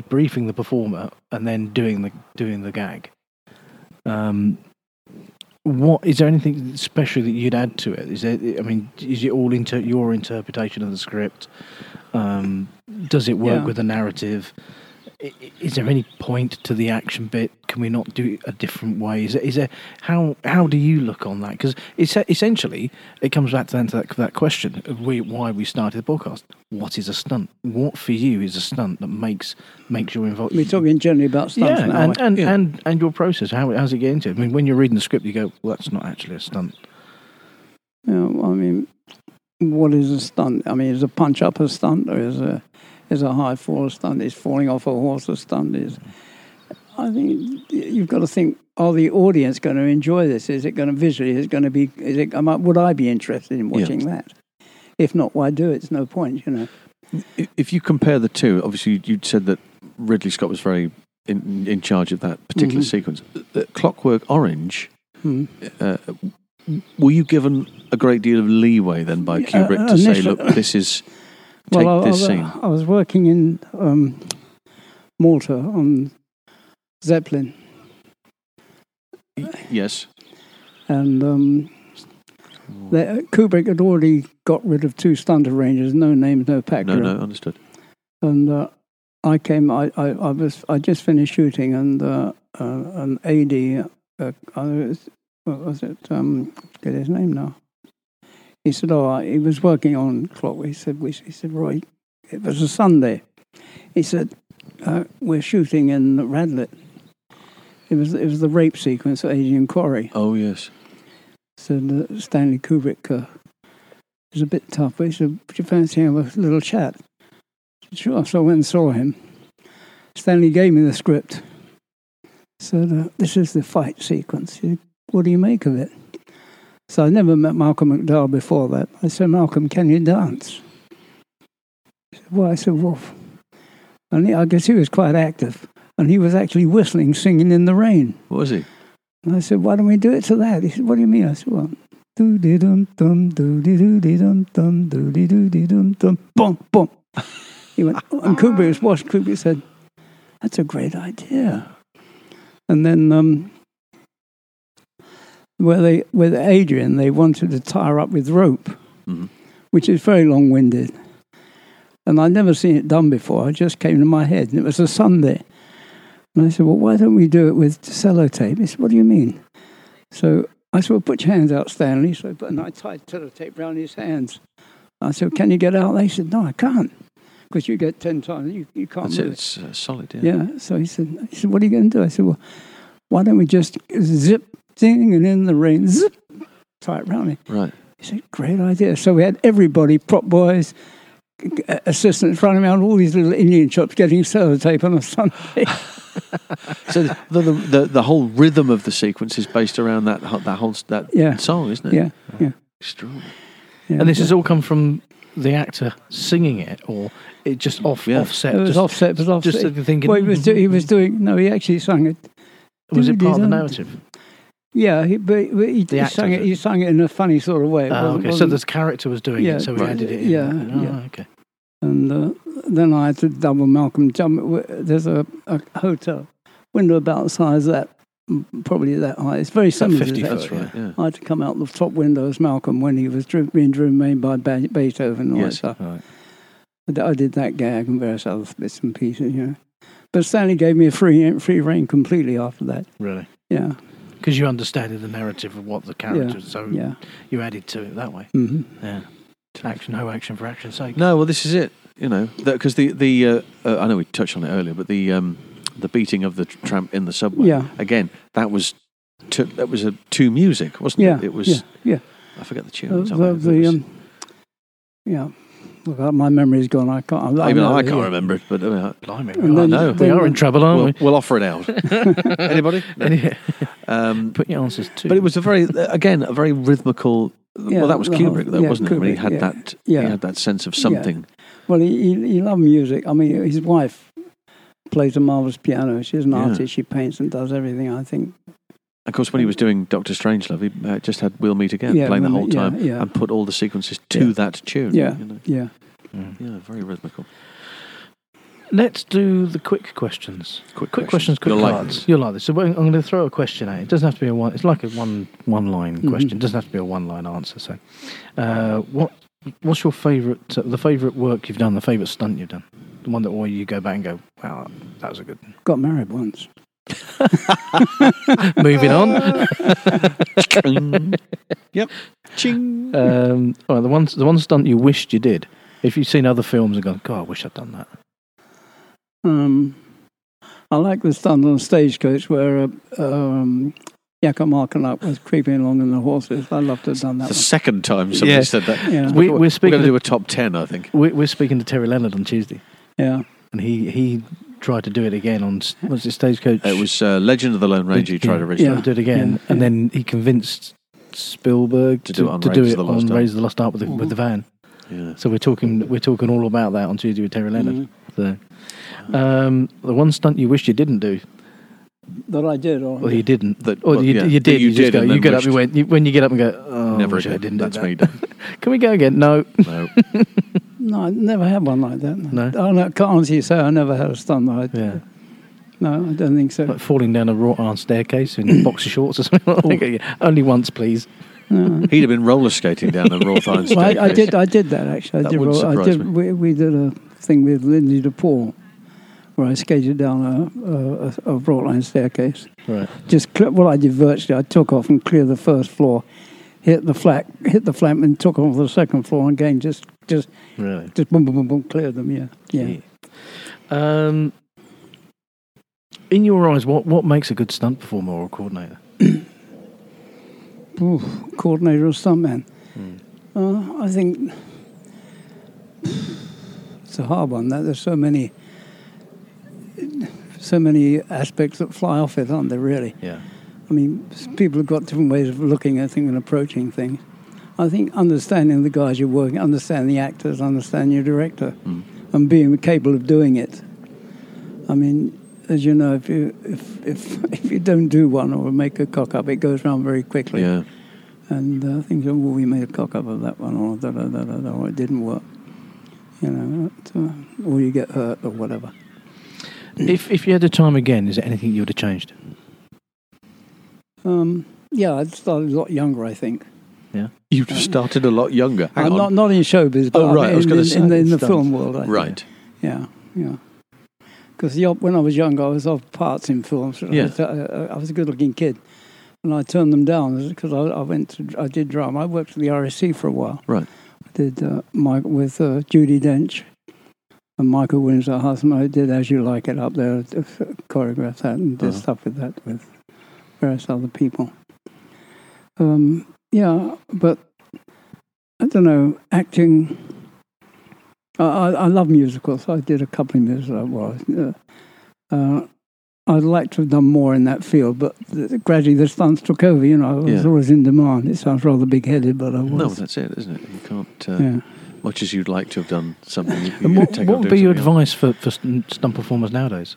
B: briefing the performer, and then doing the doing the gag. Um, what is there anything special that you'd add to it? Is there? I mean, is it all into your interpretation of the script? Um, does it work
C: Yeah.
B: with the narrative? I- i- Is there any point to the action bit? Can we not do it a different way? Is there, is there how how do you look on that? Because it's essentially it comes back to then to that, that question of we, why we started the podcast. What is a stunt? What for you is a stunt that makes makes your involvement?
C: We're talking generally about stunts
B: yeah,
C: now.
B: and and,
J: Yeah.
B: and and your process. How how's it get into? it? I mean, when you're reading the script, you go, "Well, that's not actually a stunt."
C: Yeah, well, I mean, what is a stunt? I mean, is a punch up a stunt, or is a is a high fall a stunt? Is falling off a horse a stunt? Is I think you've got to think: Are the audience going to enjoy this? Is it going to visually? Is it going to be? Is it? Am I, would I be interested in
J: Yeah.
C: watching that? If not, why do it? It's no point, you know.
J: I- If you compare the two, obviously you- you said that Ridley Scott was very in, in charge of that particular
C: Mhm.
J: sequence. The Clockwork Orange,
C: Hmm.
J: uh, were you given a great deal of leeway then by
C: Yeah,
J: Kubrick
C: uh,
J: to say,
C: initially-
J: look, this is take
C: I,
J: this
C: I,
J: scene?
C: I was working in um, Malta on Zeppelin,
J: Yes.
C: and um, they, Kubrick had already got rid of two stunt arrangers, no names, no pack.
J: No,
C: drill.
J: no, understood.
C: And uh, I came. I, I, I was. I just finished shooting, and uh, uh, an AD. Uh, I was, what was it? Um, get his name now. He said, "Oh, I, he was working on clock." He said, we, "He said, Roy, it was a Sunday." He said, uh, "We're shooting in Radlett." It was it was the rape sequence at Adrian Quarry.
J: Oh, yes.
C: So uh, Stanley Kubrick uh, was a bit tough, but he said, Would you fancy having a little chat? I said, Sure. So I went and saw him. Stanley gave me the script. Said, uh, This is the fight sequence. He said, what do you make of it? So I never met Malcolm McDowell before that. I said, Malcolm, can you dance? He said, Well, I said, Wolf. And he, I guess he was quite active. And he was actually whistling, singing in the rain.
J: What was he?
C: And I said, why don't we do it to that? He said, what do you mean? I said, well, doo dee dum dum doo dee doo dee dum dum doo dee doo dee dum dum bum bum. He went, "Oh," and Kubrick was watching. Kubrick said, "That's a great idea." And then um, where they with Adrian, they wanted to tie her up with rope,
A: Mhm.
C: which is very long-winded. And I'd never seen it done before. It just came to my head, and it was a Sunday. And I said, "Well, why don't we do it with sellotape?" He said, "What do you mean?" So I said, "Well, put your hands out, Stanley." So, and I tied sellotape round his hands. I said, "Can you get out?" They said, "No, I can't, because you get ten times. You, you can't."
A: That's
C: move
A: it. It's uh, solid. Yeah.
C: yeah. So he said, he said, what are you going to do? I said, well, why don't we just zip, ding, and in the rain, zip, tie it round me.
A: Right.
C: He said, great idea. So we had everybody, prop boys, g- g- assistants running around, all these little Indian shops getting sellotape on a Sunday.
A: So the, the, the the whole rhythm of the sequence is based around that ho- that whole s- that
C: Yeah.
A: song, isn't it?
C: yeah, yeah,
A: Extraordinary.
C: yeah.
B: And this has all come from the actor singing it, or it just off
A: Yeah.
B: offset.
C: It was
B: just,
C: offset. It was offset.
B: Just thinking. "Hmm,
C: well, he was, do- he was doing. No, he actually sung it.
B: Was it part of the
C: Doo-doo-dum.
B: narrative?
C: Yeah, he, but but he, he
B: actor
C: sang
B: did.
C: it. He sang it in a funny sort of way. It
B: Ah,
C: wasn't-
B: okay. So
C: wasn't-
B: this character was doing
C: Yeah,
B: it, so we
C: right.
B: added it in.
C: Yeah,
B: Ah,
C: yeah.
B: Okay.
C: And uh, then I had to double Malcolm jump. W- There's a, a hotel window about the size of that, m- probably that high. It's very similar. to
B: 50
C: that.
A: That's right. Yeah.
C: I had to come out the top window as Malcolm when he was dri- being driven main by Be- Beethoven and all that
A: Yes.
C: stuff.
A: Right.
C: I d- I did that gag and various other bits and pieces, you know. But Stanley gave me a free free reign completely after that.
B: Really?
C: Yeah,
B: Because you understanded the narrative of what the character. so
A: Mm.
C: yeah.
B: you added to it that way.
C: hmm
B: Yeah. Action, no action for action's sake.
A: No, well, this is it. You know, because the the uh, uh, I know we touched on it earlier, but the um, the beating of the tr- tramp in the subway.
C: Yeah.
A: Again, that was to, that was a to music, wasn't
C: Yeah,
A: it? It was.
C: yeah, yeah.
A: I forget the tune.
C: Uh,
A: it's- I
C: the,
A: don't know if it
C: the,
A: was-
C: um, yeah. Look, uh, my memory's gone. I can't.
A: even
C: know
A: I
C: the-
A: can't remember it, but I mean, I-
B: Blimey,
C: And
B: we, are,
C: then-
A: know.
B: we
C: then-
B: are in trouble, aren't
A: we'll, we'll offer it out. Anybody?
B: we? Any-
A: Um,
B: Put your answers to.
A: but it was a very, uh, again, a very rhythmical.
C: Yeah,
A: well, that was
C: the whole-
A: Kubrick, though,
C: yeah,
A: wasn't it? I mean, he
C: Kubrick,
A: had
C: yeah.
A: that.
C: Yeah.
A: He had that sense of something.
C: Well, he, he, he loved music. I mean, his wife plays a marvelous piano. She's an
A: Yeah.
C: artist. She paints and does everything. I think.
A: Of course, when he was doing Doctor Strangelove, he uh, just had "We'll Meet Again"
C: Yeah,
A: playing the
C: We'll
A: whole
C: Meet- yeah,
A: time
C: yeah.
A: and put all the sequences to
C: Yeah.
A: that tune.
C: Yeah.
A: you know.
C: Yeah.
B: Hmm.
A: yeah, very rhythmical.
B: Let's do the quick questions.
A: Quick,
B: Quick questions, quick
A: You'll like
B: cards.
A: this.
B: You'll like this. So I'm going to throw a question at it. It doesn't have to be a one. It's like a one one line
A: Mm-hmm.
C: Mhm.
B: question. It doesn't have to be a one line answer. So, uh, what what's your favorite uh, the favorite work you've done? The favorite stunt you've done? The one that where you go back and go, wow, that was a good.
C: Got married once.
B: Moving on.
A: Ching. yep. Ching.
B: Um, all right, the one the one stunt you wished you did. If you've seen other films and gone, God, I wish I'd done that.
C: Um, I like the stunt on stagecoach where uh, um, Jakob Markanup was creeping along on the horses. I loved to have done that.
A: the second time somebody
B: Yeah.
A: said that.
C: one. Yeah.
B: We,
A: We're,
B: we're speaking.
A: going to
B: To,
A: do a top ten, I think.
B: we're, we're speaking to Terry Leonard on Tuesday,
C: yeah.
B: and he he tried to do it again on s- was it Stagecoach?
A: It was uh, Legend of the Lone Ranger. You tried to
B: Yeah,
A: register.
B: do it again,
C: Yeah.
B: and then he convinced Spielberg
A: To
B: to,
A: do it on
B: to
A: Raiders
B: do
A: of
B: it
A: the Lost
B: on
A: Ark.
B: Raiders of the Lost Ark with the, with the van.
A: Yeah.
B: So we're talking we're talking all about that on Tuesday with Terry Leonard.
C: Mhm.
B: So, um, the one stunt you wish you didn't do,
C: That I did. Or,
B: or you didn't,
A: That-
B: or
A: well,
B: Oh, you,
A: yeah,
B: you
A: that
B: did,
A: you
B: you,
A: did
B: just go,
A: and then
B: you get up,
A: wished-
B: you went, you, when you get up and go, oh,
A: Never
B: I wish I
A: again.
B: didn't
A: That's
B: do
A: me
B: that.
A: done.
B: Can we go again? No,
A: No.
C: No, I never had one like that. Oh,
B: No?
C: I don't- can't honestly say I never had a stunt. Like that.
B: yeah,
C: No, I don't think so.
B: like falling down a wrought iron staircase in boxer shorts or something. like that. Yeah, Only once, please.
C: No.
A: He'd have been roller skating down a wrought iron
C: Well,
A: staircase.
C: I, I did. I did that actually. I
A: That
C: did.
A: wouldn't
C: roll- I
A: surprise
C: did.
A: me.
C: We, we did a thing with Lindsay DePaul, where I skated down a a, a, a wrought iron staircase.
B: Right.
C: Just cl- well, I did virtually. I took off and cleared the first floor, hit the flat, hit the flat, and took off the second floor. And again, just just
B: Really?
C: just boom, boom, boom, boom, cleared them. Yeah, yeah.
B: Um, in your eyes, what, what makes a good stunt performer or coordinator?
C: Ooh, coordinator or stuntman. Uh, I think it's a hard one. That there's so many, so many aspects that fly off it, aren't there? Really.
B: Yeah.
C: I mean, s- people have got different ways of looking at things and approaching things. I think understanding the guys you're working, understanding the actors, understanding your director, and being capable of doing it. I mean, as you know, if you if if, if you don't do one or make a cock up, it goes round very quickly.
A: Yeah.
C: oh, And uh, things are, well, we made a cock up of that one, or da da da da, da, or it didn't work. you know, uh, or you get hurt or whatever.
B: If if you had the time again, is there anything you would have changed?
C: Um, yeah, I started a lot younger, I think.
B: Yeah.
J: You started a lot younger. Hang
C: I'm
J: on.
C: not not in showbiz, but
J: Oh,
C: I'm
J: right, I was
C: in,
J: gonna
C: in,
J: say
C: in the, in the
B: stunts.
C: film world. I think.
J: right.
C: Yeah, yeah. Because when I was younger, I was off parts in films. I
J: Yeah.
C: was, uh, I, I was a good-looking kid, and I turned them down because I, I went to I did drama. I worked for the RSC for a while.
J: Right.
C: I did uh, Mike with uh, Judy Dench and Michael Windsor Husband. I did As You Like It up there, uh, choreographed that and did
J: Uh-huh.
C: stuff with that with various other people. Um, yeah, but I don't know acting. I, I, I love musicals. I did a couple of musicals. Well, uh, uh, I'd like to have done more in that field, but th- gradually the stunts took over. You know, I was
J: Yeah.
C: always in demand. It sounds rather big-headed, but I was.
J: No, that's it, isn't it? You can't. Uh,
C: yeah.
J: Much as you'd like to have done something, you,
B: And
J: you
B: what,
J: take
B: what
J: on
B: would
J: doing
B: be your
J: something else.
B: advice for, for st- stunt performers nowadays?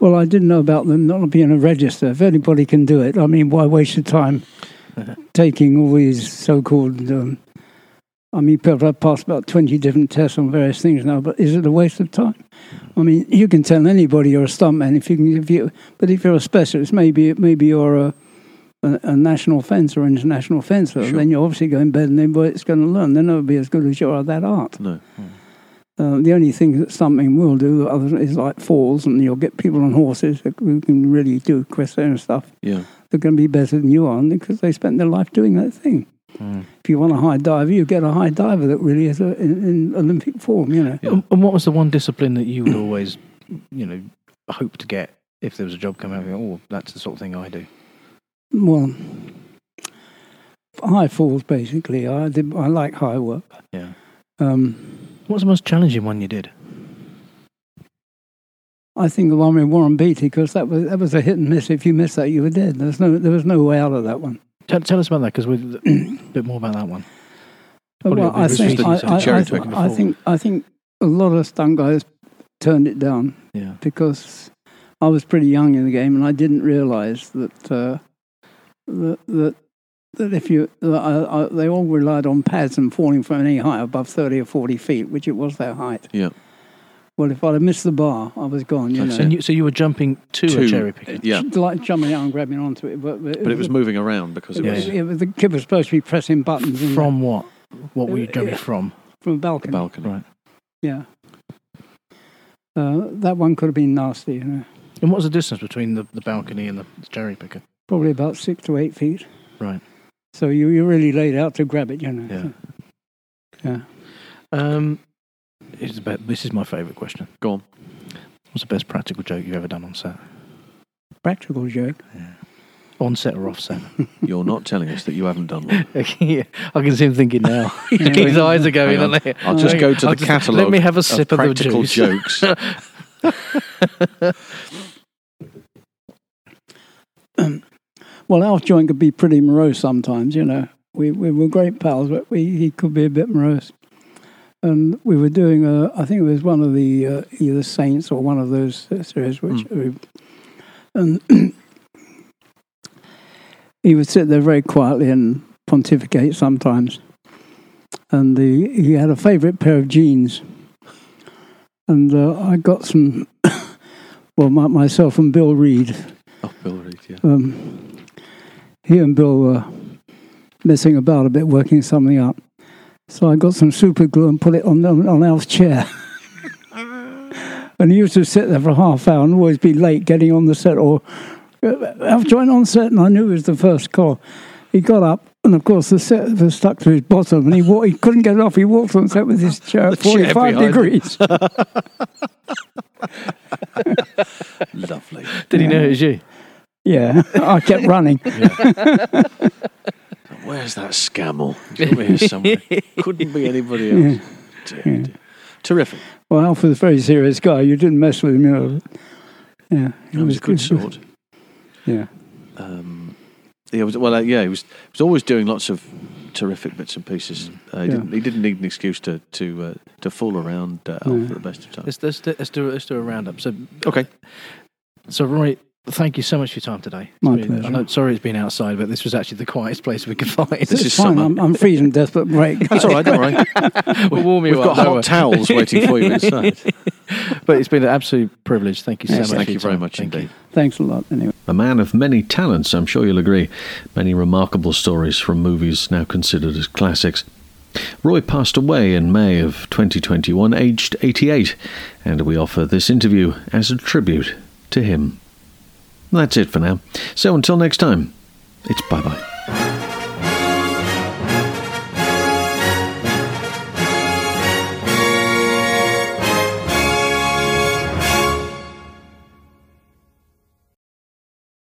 C: Well, I didn't know about them not being a register. If anybody can do it, I mean, why waste your time taking all these so-called? Um, I mean, people have passed about twenty different tests on various things now, but is it a waste of time? I mean, you can tell anybody you're a stuntman if you can. If you, but if you're a specialist, maybe maybe you're a a, a national fencer or international fencer,
J: Sure.
C: then you're obviously going better than anybody's going to learn. They'll never be as good as you are at that art.
J: No.
C: Uh, the only thing that something will do that other is like falls, and you'll get people on horses that- who can really do equestrian stuff.
J: Yeah.
C: They're going to be better than you are because they spent their life doing that thing.
J: Hmm.
C: If you want a high diver, you get a high diver that really is a, in, in Olympic form, you know.
B: And, and what was the one discipline that you would always, you know, hope to get if there was a job coming out? Oh, that's the sort of thing I do.
C: Well, high falls basically. I did, I like high work.
B: Yeah.
C: Um,
B: What's the most challenging one you did?
C: I think the one with Warren Beatty because that was that was a hit and miss. If you missed that, you were dead. There's no there was no way out of that one.
B: Tell, tell us about that because we're a bit more about that one. Probably
C: Well,
B: the
C: I
B: biggest
C: think
B: thing
C: I,
B: since
C: I,
J: cherry
C: I,
J: picking
C: I think I think a lot of stunt guys turned it down
B: Yeah.
C: because I was pretty young in the game and I didn't realise that uh, that that that if you that I, I, they all relied on pads and falling from any height above thirty or forty feet, which it was their height.
J: Yeah.
C: Well, if I'd have missed the bar, I was gone. You
J: That's
C: know,
B: And you, so you were jumping to,
J: Two.
B: a cherry picker.
J: Yeah.
C: like jumping out and grabbing onto it, but,
J: But it was moving around because it
C: It
B: Yeah,
J: was
C: was, it was- the kid was supposed to be pressing buttons and-
B: From what? What were you jumping from?
C: from a balcony.
J: the balcony.
B: Right.
C: Yeah. Uh, that one could have been nasty, you know.
B: And what was the distance between the, the balcony and the cherry picker?
C: Probably about six to eight feet.
B: Right.
C: So you, you're really laid out to grab it, you know.
B: Yeah.
C: Yeah.
B: Um, it's about, this is my favourite question.
J: Go on.
B: What's the best practical joke you've ever done on set?
C: Practical joke.
B: On set or off set?
J: You're not telling us that you haven't done one.
B: yeah, I can see him thinking now. His
C: Yeah.
B: eyes are going.
J: Hang on.
B: aren't they?
J: I'll just
B: Hang
J: go
B: on.
J: to
B: I'll
J: the
B: just-
J: catalogue.
B: Let me have a sip of,
J: practical
B: the juice.
J: jokes.
C: Well, Alf Joint could be pretty morose sometimes, you know. We, we were great pals, but we, he could be a bit morose. And we were doing, a, I think it was one of the uh, either Saints or one of those uh, series, which. we- and he would sit there very quietly and pontificate sometimes. And the, he had a favourite pair of jeans. And uh, I got some, well, my, myself and Bill Reed
J: oh, Bill Reed, yeah.
C: um, he and Bill were messing about a bit, working something up. So I got some super glue and put it on on Al's chair. and he used to sit there for a half hour and always be late getting on the set or uh, Alf joined on set, and I knew it was the first call. He got up. And of course, the set was stuck to his bottom, and he wa- he couldn't get it off. He walked on set with his chair at
J: The chair
C: forty-five
J: behind him.
C: degrees.
J: Lovely.
B: Did he know it was you?
C: yeah, I kept running.
J: Where's that scammel? He's over here somewhere. Couldn't be anybody else. Dear, dear. Terrific.
C: Well, Alf was a very serious guy. You didn't mess with him, you know. Yeah,
J: He was a good sort.
C: Yeah,
J: Um, he was well, uh, yeah. He was he was always doing lots of terrific bits and pieces. Uh, he,
C: Yeah.
J: didn't, he didn't need an excuse to to uh, to fool around uh, Alf
C: No.
J: at the best of times.
B: Let's, let's, do- let's do let's do a roundup. So
J: Okay.
B: so Roy, Thank you so much for your time today.
C: My
B: It's been- I
C: pleasure.
B: know- sorry it's been outside, but this was actually the quietest place we could find.
C: It's fine. I'm, I'm freezing death, but break.
J: That's all right, don't worry.
B: we'll warm you
J: We've
B: up,
J: got
B: don't
J: hot
B: worry.
J: towels waiting for you inside.
B: but it's been an absolute privilege. Thank you so
J: Yes,
B: much.
J: thank
B: for
J: you
B: your
J: very
B: time.
J: much
B: Thank
J: indeed.
C: Thanks a lot. Anyway.
A: A man of many talents, I'm sure you'll agree. Many remarkable stories from movies now considered as classics. Roy passed away in May of 2021, aged 88, and we offer this interview as a tribute to him. That's it for now. So until next time, it's bye bye.